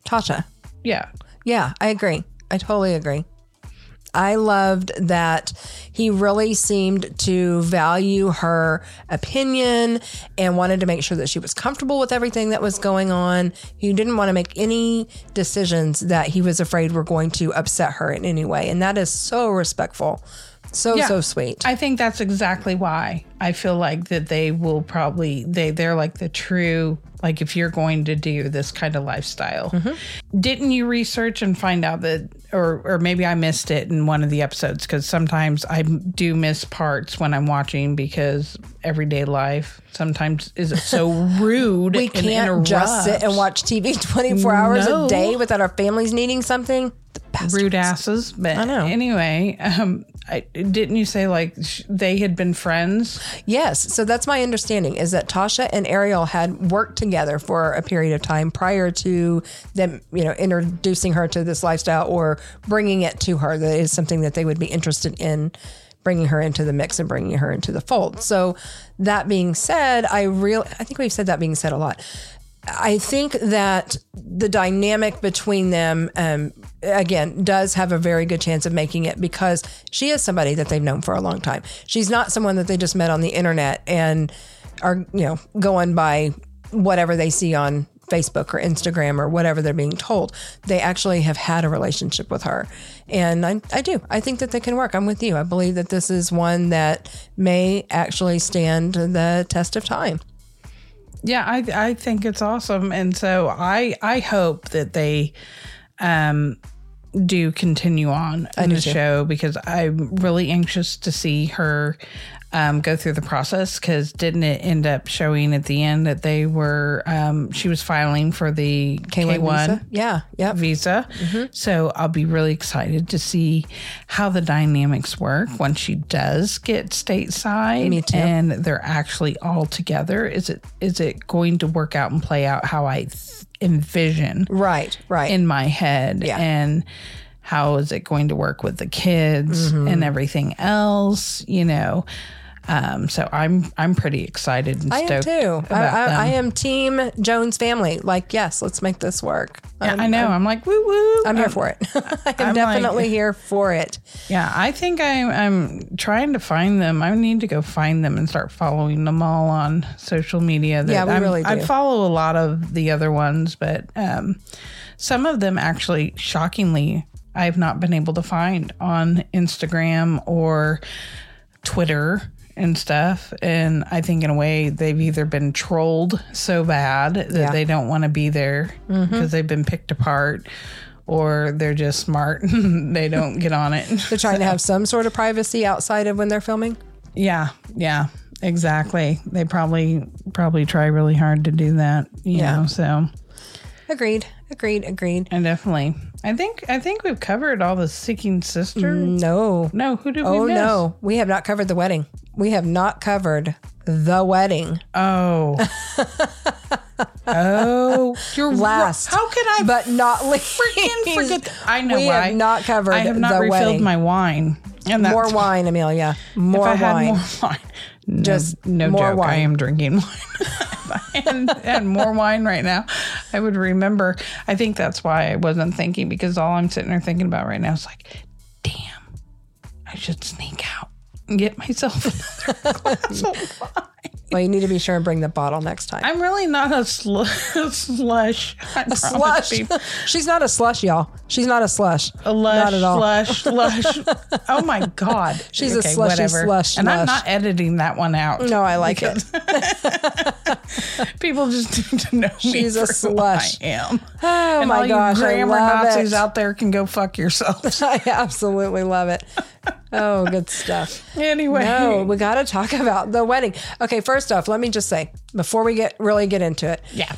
Tasha. yeah, Yeah, I agree. I totally agree. I loved that he really seemed to value her opinion and wanted to make sure that she was comfortable with everything that was going on. He didn't want to make any decisions that he was afraid were going to upset her in any way. And that is so respectful So Yeah. so sweet. I think that's exactly why I feel like that they will probably they they're like the true like if you're going to do this kind of lifestyle. Mm-hmm. Didn't you research and find out that or or maybe I missed it in one of the episodes cuz sometimes I do miss parts when I'm watching because everyday life sometimes is it so rude we and can't just sit and interrupts. watch TV 24 hours No. a day without our families needing something. The best. rude asses but know. anyway um I, didn't you say like sh- they had been friends Yes. So that's my understanding is that Tasha and Ariel had worked together for a period of time prior to them, you know, introducing her to this lifestyle or bringing it to her. That is something that they would be interested in bringing her into the mix and bringing her into the fold. So that being said, I real I think we've said that being said a lot. I think that the dynamic between them, um, again, does have a very good chance of making it because she is somebody that they've known for a long time. She's not someone that they just met on the internet and are, you know, going by whatever they see on Facebook or Instagram or whatever they're being told. They actually have had a relationship with her. And I, I do. I think that they can work. I'm with you. I believe that this is one that may actually stand the test of time. yeah i i think it's awesome and so i i hope that they um do continue on in the show because i'm really anxious to see her um, go through the process because didn't it end up showing at the end that they were um, she was filing for the Like K1, Lisa? Yeah. Yep. visa. Mm-hmm. So I'll be really excited to see how the dynamics work when she does get stateside Me too. and they're actually all together. Is it is it going to work out and play out how I th- envision Right, right. in my head Yeah. and how is it going to work with the kids Mm-hmm. and everything else, you know. Um, so I'm I'm pretty excited and I am stoked. too. I, about I, them. I am Team Jones family. Like, yes, let's make this work. Yeah, I know. I'm, like woo woo. I'm here for it. I am I'm like- definitely here for it. Yeah, I think I'm I'm trying to find them. I need to go find them and start following them all on social media. That Yeah, we I'm- really I do. follow a lot of the other ones, but um, some of them actually shockingly I've not been able to find on Instagram or Twitter and stuff. And I think in a way they've either been trolled so bad that Yeah. Mm-hmm. they don't want to be there because they've been picked apart. Or they're just smart and they don't get on it. They're trying to have some sort of privacy outside of when they're filming. Yeah, yeah, exactly. They probably probably try really hard to do that. You Yeah. know, so Agreed. Agreed. Agreed. I definitely. I think I think we've covered all the seeking sister. No. No, who did Mm. Oh we miss? no, we have not covered the wedding. We have not covered the wedding. Oh. oh, you're ri- Last, How could I but not least. freaking forget? th- I know we why. have not covered I have not the refilled wedding. my wine, and that's more why wine, Amelia. More I had wine. more wine. No, Just no more joke. I wine. am drinking wine. if I had, had more wine right now, I would remember. I think that's why I wasn't thinking because all I'm sitting there thinking about right now is like, damn, I should sneak out and get myself another glass of wine. Well, you need to be sure and bring the bottle next time. I'm really not a, sl- a slush. I promise slush. people. She's not a slush, y'all. She's not a slush. A lush, Not at all. lush, lush. Oh my God. She's a slushy slush And I'm lush. not editing that one out. No, I like it. People just need to know She's me a for slush. Who I am. Oh and my all gosh, I you grammar love Nazis it. out there can go fuck yourselves. I absolutely love it. Oh, good stuff. Anyway, No, we got to talk about the wedding. Okay, first off, let me just say before we get really get into it, yeah,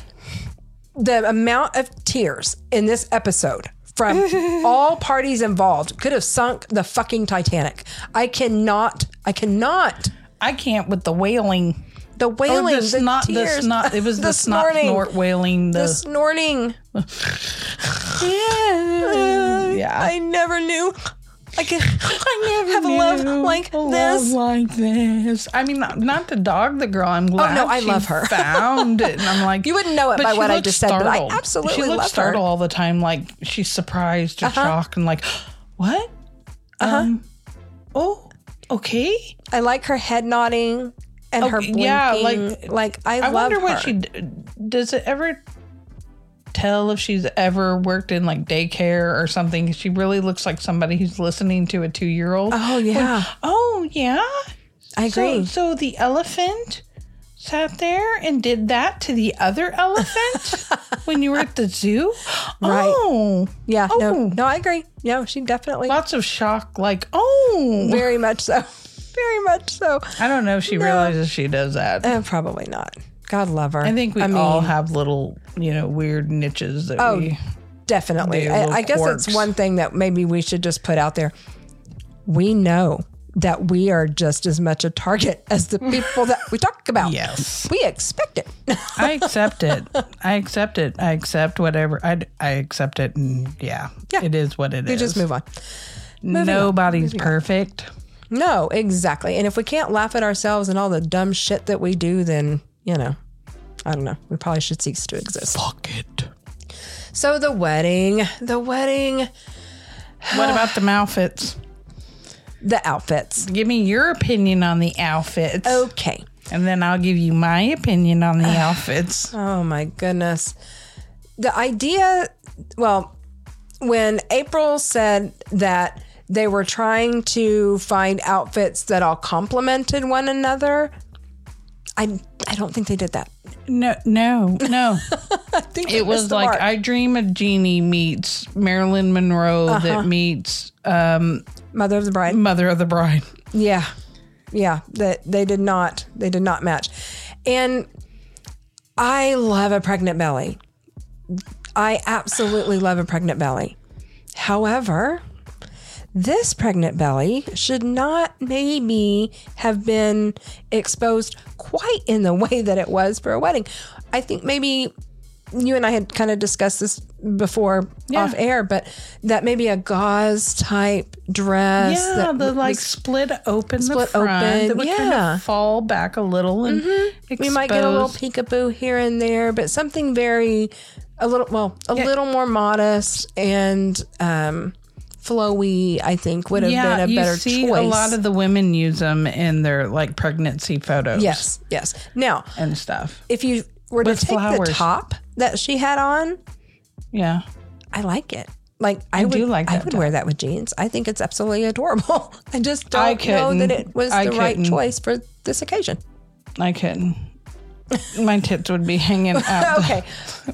the amount of tears in this episode from all parties involved could have sunk the fucking Titanic. I cannot. I cannot. I can't with the wailing. The Or wailing, Oh, the the snot, tears, the snot. It was the, snot snorting. snort wailing. The, the snorting. yeah. Yeah. I never knew I could I never have a love knew like a love this. like this. I mean, not, not to dog the girl. I'm glad. Oh, no, I she love her. Found it, and I'm like, You wouldn't know it but by she what I looked just said, but I startled. absolutely she looked love her. Uh-huh. startled all the time. Like she's surprised or shocked, and like, what? Um, oh, okay. I like her head nodding and her Okay, blinking. yeah, like, I, I love wonder what her. she d- does. It ever tell if she's ever worked in like daycare or something. She really looks like somebody who's listening to a two year old. Oh yeah, Uh, Oh, yeah. I So, agree. so the elephant sat there and did that to the other elephant when you were at the zoo? Right. Oh, yeah, no, Oh. no, I agree. No, she definitely, lots of shock. Like, oh, very much so, very much so. I don't know if she realizes she does that. Uh, probably not. God love her. I think we all have little, you know, weird niches that Oh, we. Definitely. Their I, little I guess quirks. that's one thing that maybe we should just put out there. We know that we are just as much a target as the people that we talk about. Yes. We expect it. I accept it. I accept it. I accept whatever. I, I accept it. And yeah, Yeah. it is what it is. we just move on. Nobody's perfect. No, exactly. And if we can't laugh at ourselves and all the dumb shit that we do, then, you know, I don't know. We probably should cease to exist. Fuck it. So the wedding, the wedding, What about the outfits? the outfits. Give me your opinion on the outfits. Okay. And then I'll give you my opinion on the outfits. Oh my goodness. The idea, well, when April said that they were trying to find outfits that all complemented one another, I I don't think they did that. No, no, no. I think It was like I, I Dream of Jeannie meets Marilyn Monroe Uh-huh. that meets Mother of the Bride. Mother of the Bride. Yeah. Yeah, that they did not they did not match. And I love a pregnant belly. I absolutely love a pregnant belly. However, this pregnant belly should not maybe have been exposed quite in the way that it was for a wedding. I think maybe you and I had kind of discussed this before Yeah. off air, but that maybe a gauze type dress Yeah, that the w- like split open split the front open, that would kind yeah. Mm-hmm. of fall back a little and we might get a little expose- peekaboo here and there, but something very, a little, well, a little more modest and um, flowy. I think would have yeah, been a you better see choice. a lot of the women use them in their like pregnancy photos yes, yes. Now, and stuff. if you were to With take the flowers. top that she had on, Yeah. I like it. Like I, would, do like I that would wear that with jeans. I think it's absolutely adorable. I just I don't know that couldn't. it was I the right couldn't. choice for this occasion. I couldn't. My tits would be hanging out. Okay,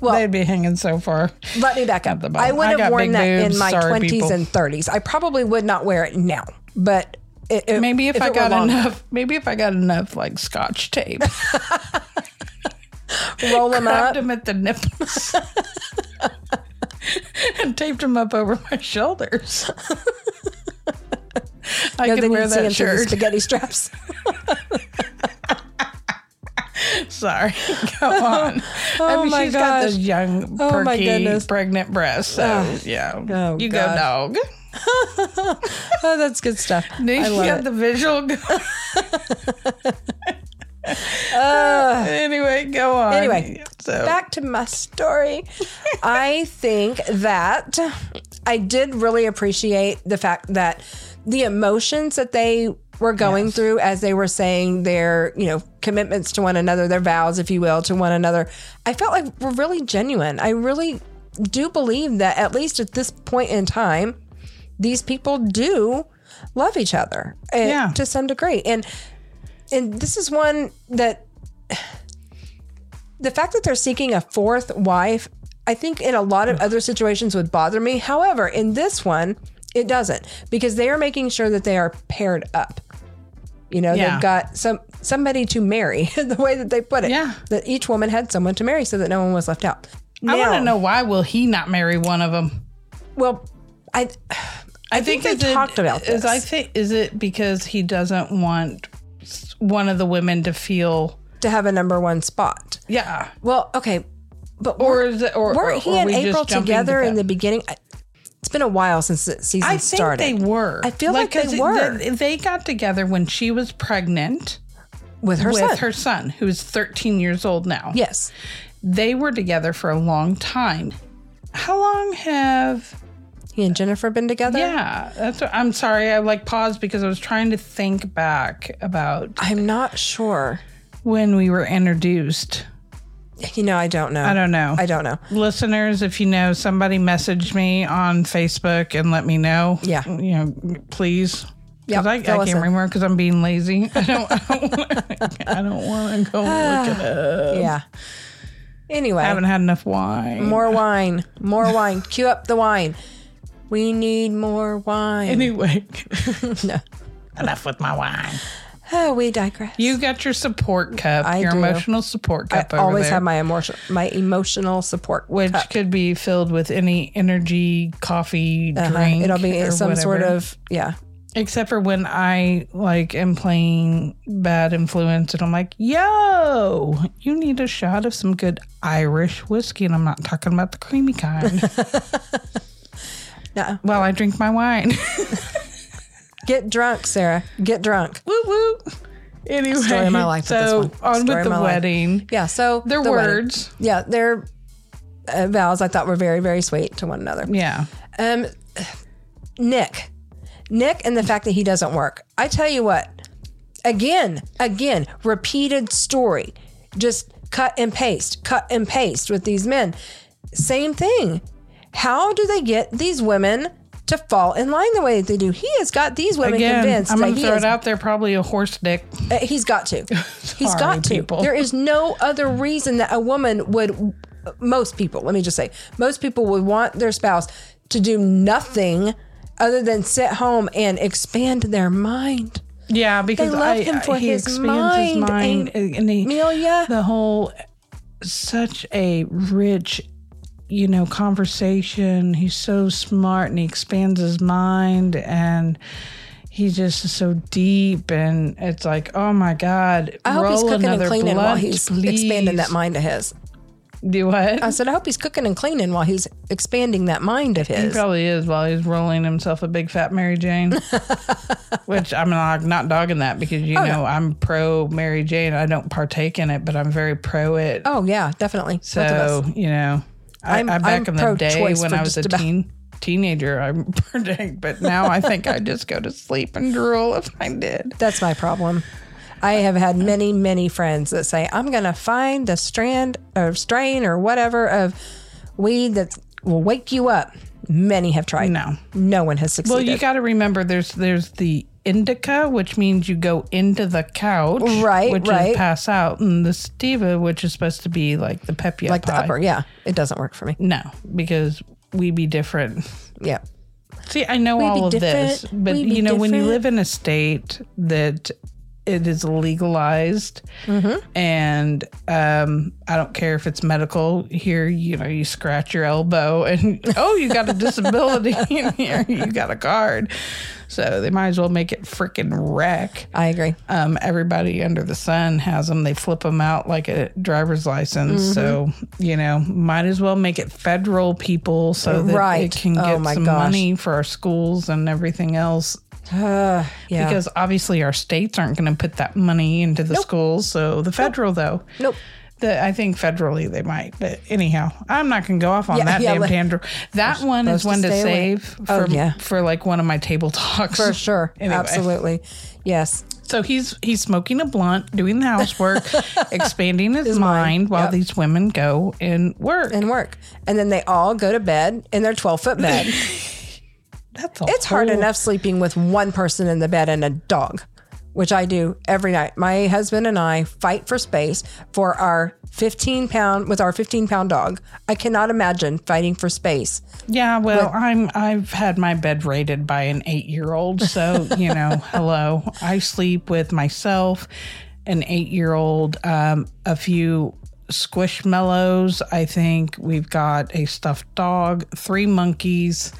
well, They'd be hanging so far. Let me back up. the bottom. I would I have got worn big that in boobs. my Sorry, 20s people. and 30s. I probably would not wear it now, but it, it- Maybe if, I it were got long, enough, maybe if I got enough like scotch tape, roll them wrapped up. them at the nipples, and taped them up over my shoulders. I No, could then wear you'd see them that through the shirt. spaghetti straps. Sorry, go on. I mean, Oh my she's got gosh. this young, perky, Oh, my goodness. pregnant breast. So yeah, oh, you gosh. go, dog. oh, that's good stuff. You I love got it. the visual. go- anyway, go on. Anyway, so Back to my story. I think that I did really appreciate the fact that the emotions that they were going through as they were saying their, you know, commitments to one another, their vows, if you will, to one another, I felt like were really genuine. I really do believe that at least at this point in time, these people do love each other uh, Yeah. to some degree. And and this is one that the fact that they're seeking a fourth wife, I think in a lot of Hmm. other situations would bother me. However, in this one, it doesn't because they are making sure that they are paired up. You know, Yeah. they've got some somebody to marry, the way that they put it. Yeah. That each woman had someone to marry so that no one was left out. I want Now- to know why will he not marry one of them? Well, I I, think, is they it- talked about this. Is I think is it because he doesn't want s- one of the women to feel to have a number one spot. yeah Well, okay, but or is it or weren't or- he or and we just April jumping together to in the beginning? I, it's been a while since the season I think started. they were. I feel like they 'cause were. They, they got together when she was pregnant with her with son. her son, who is 13 years old now. yes, They were together for a long time. How long have he and Jennifer been together. yeah that's what, i'm sorry i like paused because i was trying to think back about I'm not sure. when we were introduced You know, I don't know. I don't know. I don't know. Listeners, if you know somebody, message me on Facebook and let me know. Yeah. you know, please. Yep, Because I, I fill us can't in. remember because I'm being lazy. I don't. I don't, wanna- I don't want to go look at it. Yeah. Anyway, I haven't had enough wine. more wine, more wine. Cue up the wine. We need more wine. Anyway, no. enough with my wine. Oh, we digress. You got your support cup, I your do. emotional support I cup. over always there, have my emotion, my emotional support. which cup. could be filled with any energy coffee Uh-huh. drink. it'll be or some sort whatever. of yeah. except for when I like am playing bad influence and I'm like, yo, you need a shot of some good Irish whiskey. And I'm not talking about the creamy kind No, while I drink my wine. get drunk, Sarah. Get drunk. woo woo. Anyway, Story of my life with this so one. on with Story of the my life. wedding. Yeah. So Their the wedding. words. Yeah, their uh, vows I thought were very very sweet to one another. Yeah. Um, Nick, Nick, and the fact that he doesn't work. I tell you what, again, again, repeated story, just cut and paste, cut and paste with these men. Same thing. How do they get these women to fall in line the way that they do? He has got these women Again, convinced I'm that gonna he throw is it out there. Probably a horse dick. uh, he's got to. he's Sorry, got to. people. There is no other reason that a woman would, most people, let me just say, most people would want their spouse to do nothing other than sit home and expand their mind. Yeah, because love I, him for he his expands his mind, mind, and he, Amelia. the whole such a rich you know conversation he's so smart and he expands his mind and he just is so deep and it's like oh my god I hope he's roll cooking and another cleaning while blunt, he's please. expanding that mind of his. do what I said, I hope he's cooking and cleaning while he's expanding that mind of he his. probably is while he's rolling himself a big fat Mary Jane, which I'm not not dogging that because Oh, you know I'm pro Mary Jane. I don't partake in it, but I'm very pro it. Oh, yeah, definitely. Both of us. So you know, I, I'm- I back I'm in the day pro-choice when for I was a just about- teen teenager, I'm predict, but now I think I just go to sleep and drool if I did. That's my problem. I have had many, many friends that say, I'm going to find the strand or strain or whatever of weed that will wake you up. Many have tried. No. No one has Well, succeeded. you got to remember there's there's the indica, which means you go into the couch, Right, which right. is pass out, and the sativa, which is supposed to be like the pep like the upper. Yeah. It doesn't work for me. No, because we be different. Yeah. See, I know be all of this, different. but We be you know, when you different. live in a state that it is legalized, Mm-hmm. and um, I don't care if it's medical here. You know, you scratch your elbow, and oh, you got a disability in here. You got a card, so they might as well make it freaking wreck. I agree. Um, everybody under the sun has them. They flip them out like a driver's license. Mm-hmm. So you know, might as well make it federal, people, so that Right. it can Oh, get my some gosh. money for our schools and everything else. Uh, yeah. Because obviously, our states aren't going to put that money into the schools. So the federal, though. nope. The, I think federally they might, but anyhow, I'm not going to go off on Yeah, that yeah, damn let- tantrum. That one is supposed to one to, stay away. save Oh, for yeah. for like one of my table talks For sure. Anyway. Absolutely. Yes. So he's he's smoking a blunt, doing the housework, expanding his, mind, while yep. these women go and work. And work. And then they all go to bed in their 12 foot bed. That's a It's hard whole- enough sleeping with one person in the bed and a dog, which I do every night. My husband and I fight for space for our 15 pound with our 15 pound dog. I cannot imagine fighting for space. Yeah, well, I'm I've had my bed raided by an eight year old, so you know, hello. I sleep with myself, an eight year old, um, a few squishmallows. I think we've got a stuffed dog, three monkeys.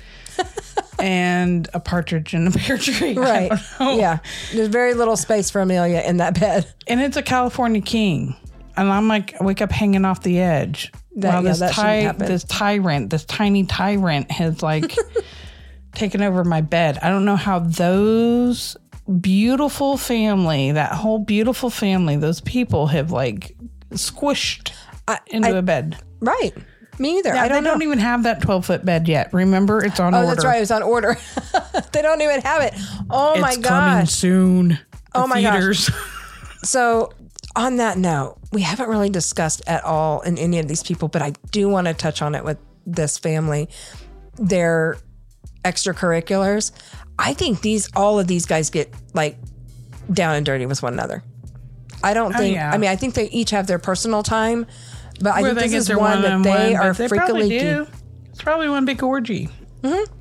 and a partridge in a pear tree. I Right. don't know. Yeah. There's very little space for Amelia in that bed. and it's a California king. And I'm like, I wake up hanging off the edge. That- While yeah, this, that shouldn't ty- happen. this tyrant, this tiny tyrant has like taken over my bed. I don't know how those beautiful family, that whole beautiful family, those people have like squished I, into a bed. right. Me either. I I don't they know. don't even have that 12 foot bed yet. Remember, it's on Oh, order. that's right. It was on order. they don't even have it. Oh my It's coming gosh. soon. Oh my gosh. gosh. So on that note, we haven't really discussed at all in any of these people, but I do want to touch on it with this family. Their extracurriculars. I think these all of these guys get like down and dirty with one another. I don't think. Oh, yeah. I mean, I think they each have their personal time, but I Where think they this get is their one that they one-on-one, but are they probably frequently. do. It's probably one big orgy. Mm-hmm.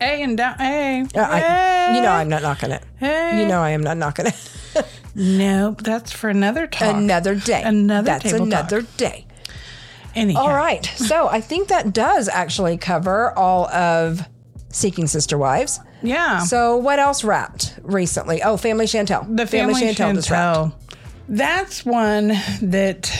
Hey and down. Hey. Uh, I, hey, you know, I'm not knocking it. Hey. You know, I am not knocking it. Nope, that's for another talk. another day. Another That's table another day. Anyhow. All right. So I think that does actually cover all of Seeking Sister Wives. Yeah. So what else wrapped recently? Oh, Family Chantel. the family, just wrapped. Chantel. That's one that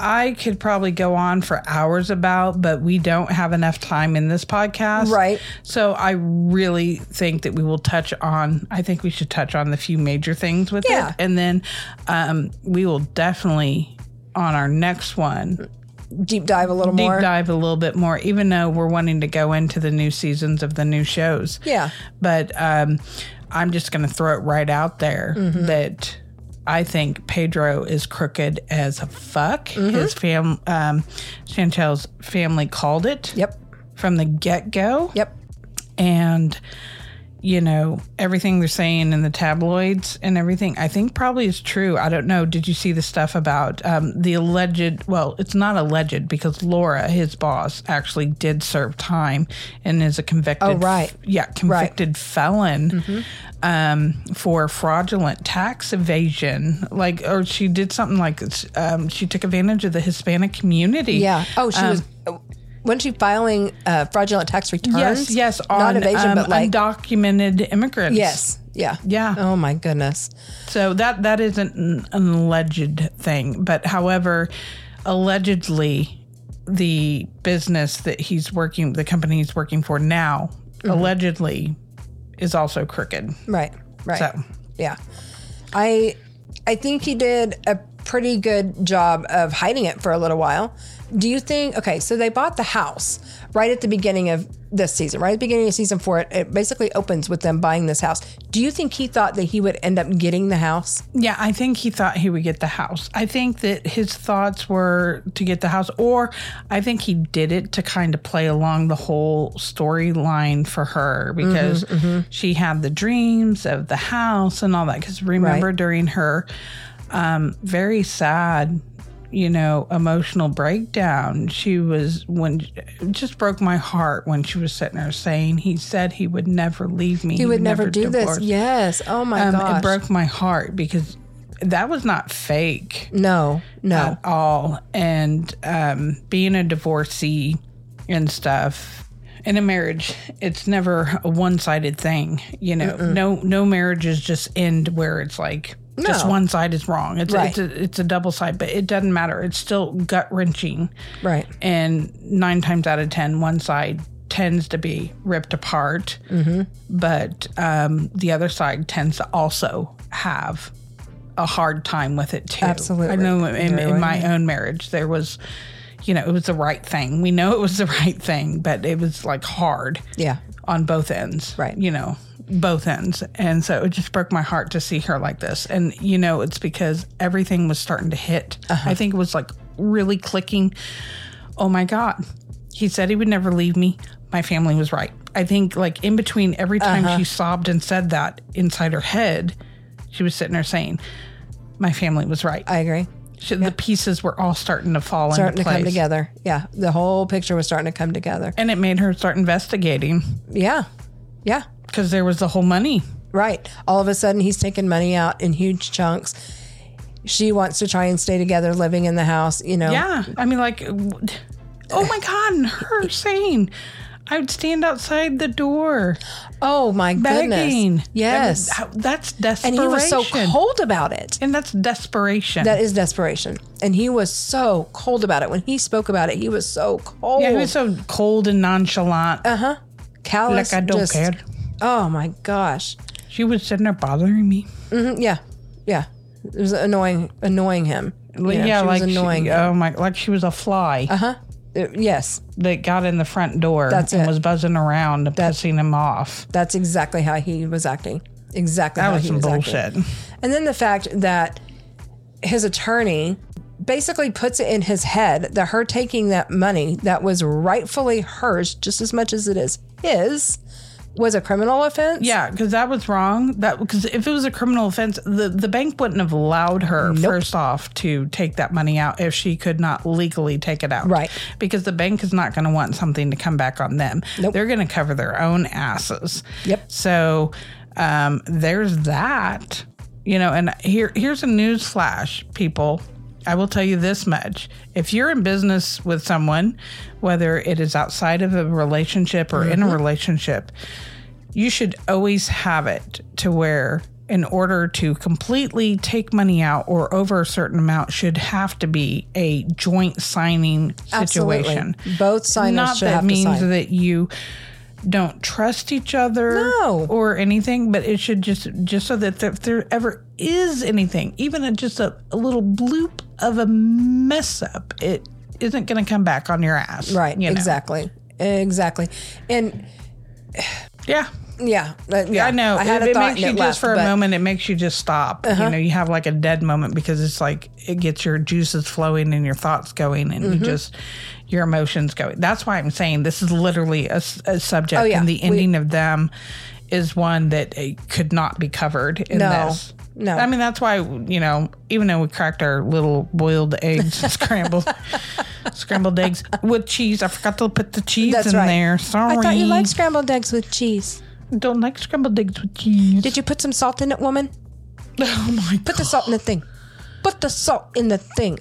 I could probably go on for hours about, but we don't have enough time in this podcast. Right. So I really think that we will touch on, I think we should touch on the few major things with Yeah. it. And then um, we will definitely, on our next one, Deep dive a little deep more. dive a little bit more, even though we're wanting to go into the new seasons of the new shows Yeah. but um, I'm just going to throw it right out there that I think Pedro is crooked as a fuck. His fam, um, Chantel's family called it Yep. from the get go, Yep. and you know everything they're saying in the tabloids and everything. I think probably is true. I don't know. Did you see the stuff about um, the alleged? Well, it's not alleged because Laura, his boss, actually did serve time and is a convicted. Oh, right. Mm-hmm. yeah, convicted felon um, for fraudulent tax evasion. Like, or she did something like um, she took advantage of the Hispanic community. Yeah. Oh, she was. Wasn't she filing uh, fraudulent tax returns? Um, Yes, yes, on Not evasion, um, but like. undocumented immigrants. yes. Yeah. Yeah. Oh my goodness. So that that isn't an, an alleged thing, but however, allegedly, the business that he's working, the company he's working for now, allegedly, is also crooked. Right. Right. So. Yeah. I I think he did a pretty good job of hiding it for a little while. Do you think okay, so they bought the house right at the beginning of this season, right at the beginning of season four, it, it basically opens with them buying this house. Do you think he thought that he would end up getting the house? Yeah, I think he thought he would get the house. I think that his thoughts were to get the house, or I think he did it to kind of play along the whole storyline for her Mm-hmm, because she had the dreams of the house and all that. Because remember, Right. during her um, very sad, you know, emotional breakdown, she was when it just broke my heart when she was sitting there saying, He said he would never leave me. He would never, do divorce this. Yes. Oh my um, gosh. it broke my heart because that was not fake no, no. at all. And um, being a divorcee and stuff in a marriage, it's never a one-sided thing. You know, no no marriages just end where it's like. Just No. one side is wrong. It's Right. it's a, it's a double side, but it doesn't matter. It's still gut wrenching right. and nine times out of ten, one side tends to be ripped apart, Mm-hmm. but um, the other side tends to also have a hard time with it too. Absolutely. I know in, Very in my own marriage there was, you know, it was the right thing. We know it was the right thing, but it was like hard Yeah. on both ends. Right. You know, both ends. And so it just broke my heart to see her like this. And, you know, it's because everything was starting to hit. Uh-huh. I think it was like really clicking. Oh my God. He said he would never leave me. My family was right. I think, like, in between every time Uh-huh. she sobbed and said that inside her head, she was sitting there saying, My family was right. I agree. She- The pieces were all starting to fall Uh, Starting into to place. come together. Yeah. The whole picture was starting to come together. And it made her start investigating Yeah. Yeah. because there was the whole money. Right. All of a sudden, he's taking money out in huge chunks. She wants to try and stay together, living in the house. You know, Yeah. I mean, like, w- oh my God, and her saying, I would stand outside the door oh my begging. goodness, yes. That was- that's and desperation. he was so cold about it. And that's desperation. That is desperation. And he was so cold about it when he spoke about it. He was so cold, Uh-huh. yeah, he was so cold and nonchalant. callous. like, I don't Uh, just- care. Oh my gosh, She was sitting there bothering me. Mhm, yeah, yeah. It was annoying, annoying him. You know, Like, yeah, she like was annoying. She, oh my, like she was a fly Uh, yes, that got in the front door That's and it. was buzzing around, and pissing him off. that's exactly how he was acting. Exactly That how was he some was acting. bullshit. And then the fact that his attorney basically puts it in his head that her taking that money that was rightfully hers just as much as it is his was a criminal offense. Yeah, because that was wrong. That because if it was a criminal offense, the the bank wouldn't have allowed her first off to take that money out if she could not legally take it out. Right. Because the bank is not going to want something to come back on them. Nope. They're going to cover their own asses. Yep. So, um, there's that. You know, and here here's a news flash, people. I will tell you this much. If you're in business with someone, whether it is outside of a relationship or Mm-hmm. in a relationship, you should always have it to where in order to completely take money out or over a certain amount should have to be a joint signing Absolutely. situation. Both signers Not should that have to means sign. that you don't trust each other No. or anything, but it should just just so that if there ever is anything, even a, just a, a little bloop of a mess up, it isn't going to come back on your ass. Right. you know? Exactly. Exactly. And Yeah. yeah, uh, yeah. I know. I had it, a it thought makes and you it just left, for a but- Uh-huh. moment. It makes you just stop. You know, you have like a dead moment because it's like it gets your juices flowing and your thoughts going and Mm-hmm. you just your emotions going. That's why I'm saying this is literally a, s- a subject, Oh, yeah. and We- the ending of them is one that it could not be covered in No. this. No. I mean that's why you know even though we cracked our little boiled eggs and scrambled scrambled eggs with cheese, I forgot to put the cheese That's in right. there. Sorry, I thought you liked scrambled eggs with cheese. don't like scrambled eggs with cheese. Did you put some salt in it, woman? oh my god. Put the salt in the thing. Put the salt in the thing.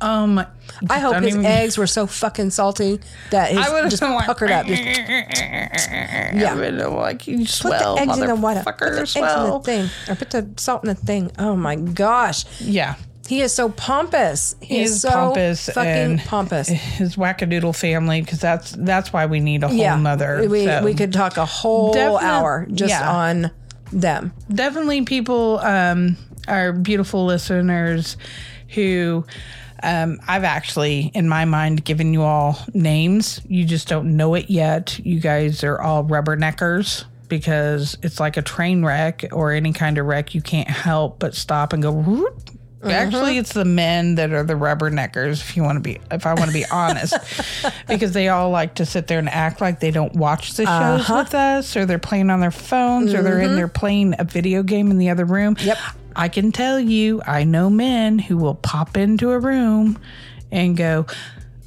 Um, I hope don't his even- eggs were so fucking salty that I would he's have just been like, puckered up. Just yeah, like you put swell, the eggs in the water. Put the motherfucker, eggs in the swell. thing. Or put the salt in the thing. Oh my gosh. Yeah, He is so pompous. He, He is, is so pompous fucking and- pompous. his wackadoodle family, because that's that's why we need a whole Yeah. nother. we, so. we could talk a whole Definite- hour just yeah. on them. definitely people um, our beautiful listeners who um, I've actually in my mind given you all names. You just don't know it yet. You guys are all rubberneckers because it's like a train wreck or any kind of wreck. You can't help but stop and go. "Whoop." Uh-huh. Actually, it's the men that are the rubberneckers. If you want to be, if I want to be honest, because they all like to sit there and act like they don't watch the shows Uh-huh. with us, or they're playing on their phones, or they're in there playing a video game in the other room. Mm-hmm. Yep. I can tell you, I know men who will pop into a room and go,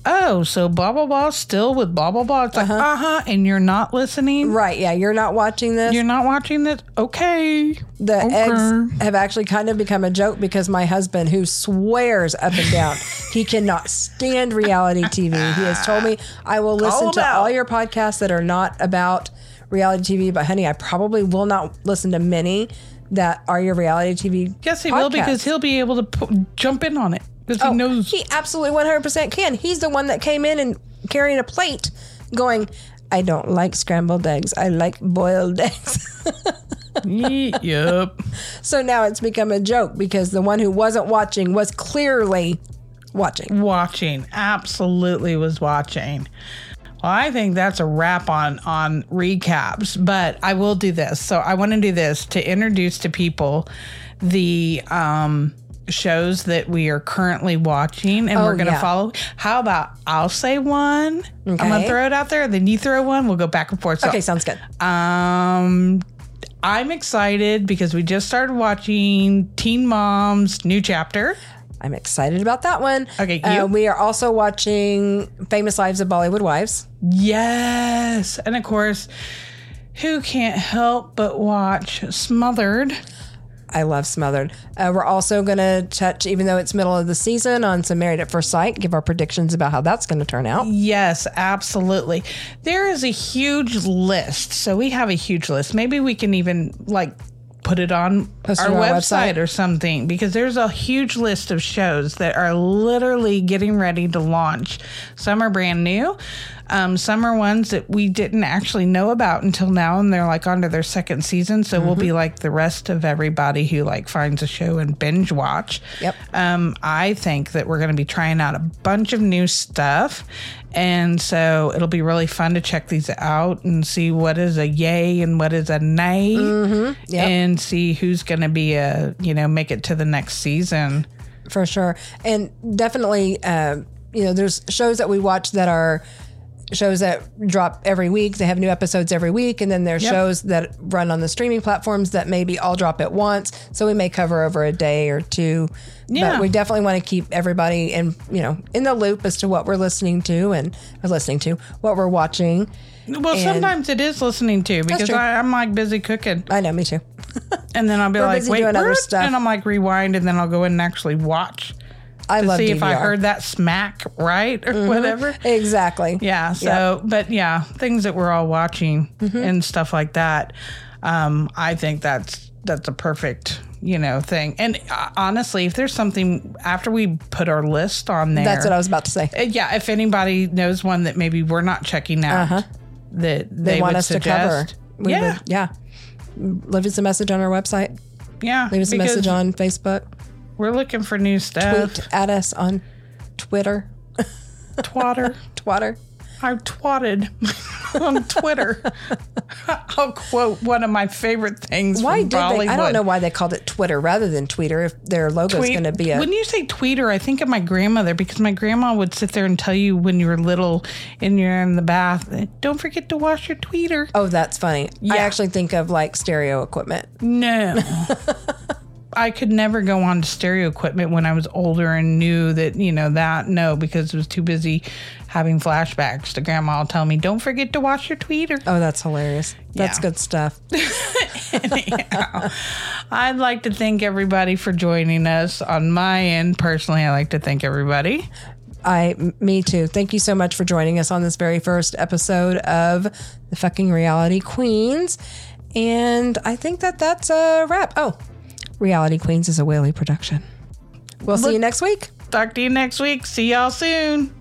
"Oh, so blah blah blah, still with blah blah blah." It's like, uh huh, and you're not listening. Uh-huh. Right. Yeah. You're not watching this. You're not watching this. Okay. The Okay. eggs have actually kind of become a joke because my husband, who swears up and down, he cannot stand reality TV. He has told me, I will listen to about- all your podcasts that are not about reality TV, but honey, I probably will not listen to many that are your reality TV. Yes, he will because podcasts." he'll be able to pu- jump in on it because Oh, he knows. He absolutely 100% can. He's the one that came in and carrying a plate going, I don't like scrambled eggs. I like boiled eggs. Ye- yep. So now it's become a joke because the one who wasn't watching was clearly watching. Watching. Absolutely was watching. Well, I think that's a wrap on on recaps, but I will do this. So I want to do this to introduce to people the um shows that we are currently watching and we're going to Oh, yeah. follow. How about I'll say one. I'm going Okay. to throw it out there, then you throw one, we'll go back and forth. So Okay, sounds good. Um, I'm excited because we just started watching Teen Mom's new chapter. I'm excited about that one. Okay, Uh, you? we are also watching Famous Lives of Bollywood Wives. Yes, and of course, who can't help but watch Smothered? I love Smothered. Uh, we're also going to touch, even though it's middle of the season, on some Married at First Sight, give our predictions about how that's going to turn out. Yes, absolutely. There is a huge list, so we have a huge list. Maybe we can even like put it on Post it our, on our website, or something because there's a huge list of shows that are literally getting ready to launch. Some are brand new. Um, some are ones that we didn't actually know about until now, and they're like onto their second season. So we'll Mm-hmm. be like the rest of everybody who like finds a show and binge watch. Yep. Um, I think that we're going to be trying out a bunch of new stuff. And so it'll be really fun to check these out and see what is a yay and what is a nay Mm-hmm. yep. and see who's going to be a, you know, make it to the next season. for sure. And definitely, um, you know, there's shows that we watch that are shows that drop every week. They have new episodes every week, and then there's Yep. shows that run on the streaming platforms that maybe all drop at once. So we may cover over a day or two. Yeah. But we definitely want to keep everybody in, you know, in the loop as to what we're listening to and or listening to what we're watching. Well, sometimes it is listening to because true. I, I'm like busy cooking, I know, me too. and then I'll be like, busy "Wait, doing other what?" stuff. and I'm like, "Rewind," and then I'll go in and actually watch I to love Mm-hmm. see if I DVR. heard that smack right or whatever. exactly. Yeah. So, but yeah, things that we're all watching Mm-hmm. and stuff like that. Um, I think that's that's a perfect you know thing. And uh, honestly, if there's something after we put our list on there, That's what I was about to say. Uh, yeah. If anybody knows one that maybe we're not checking out that they, Uh-huh. they want would us suggest, to cover. We yeah, would- yeah. Leave us a message on our website. yeah, Leave us a because message on Facebook. We're looking for new stuff. Tweet at us on Twitter. Twatter. Twatter. I twatted on Twitter. I'll quote one of my favorite things. Why from did they? I Bollywood. don't know why they called it Twitter rather than Twitter. If their logo is Tweet- going to be a when you say tweeter, I think of my grandmother because my grandma would sit there and tell you when you were little and you're in the bath, don't forget to wash your tweeter. oh, that's funny. Yeah. Mm. I actually think of like stereo equipment. No. I could never go on to stereo equipment when I was older and knew that, you know, that no, because I was too busy having flashbacks to grandma will tell me, don't forget to wash your tweeter. Oh, that's hilarious. That's Yeah. good stuff. I'd like to thank everybody for joining us. On my end, personally, I'd like to thank everybody. I me too. Thank you so much for joining us on this very first episode of the fucking reality queens. And I think that that's a wrap. Oh, reality queens is a Whaley production. We'll see you next week. Talk to you next week. See y'all soon.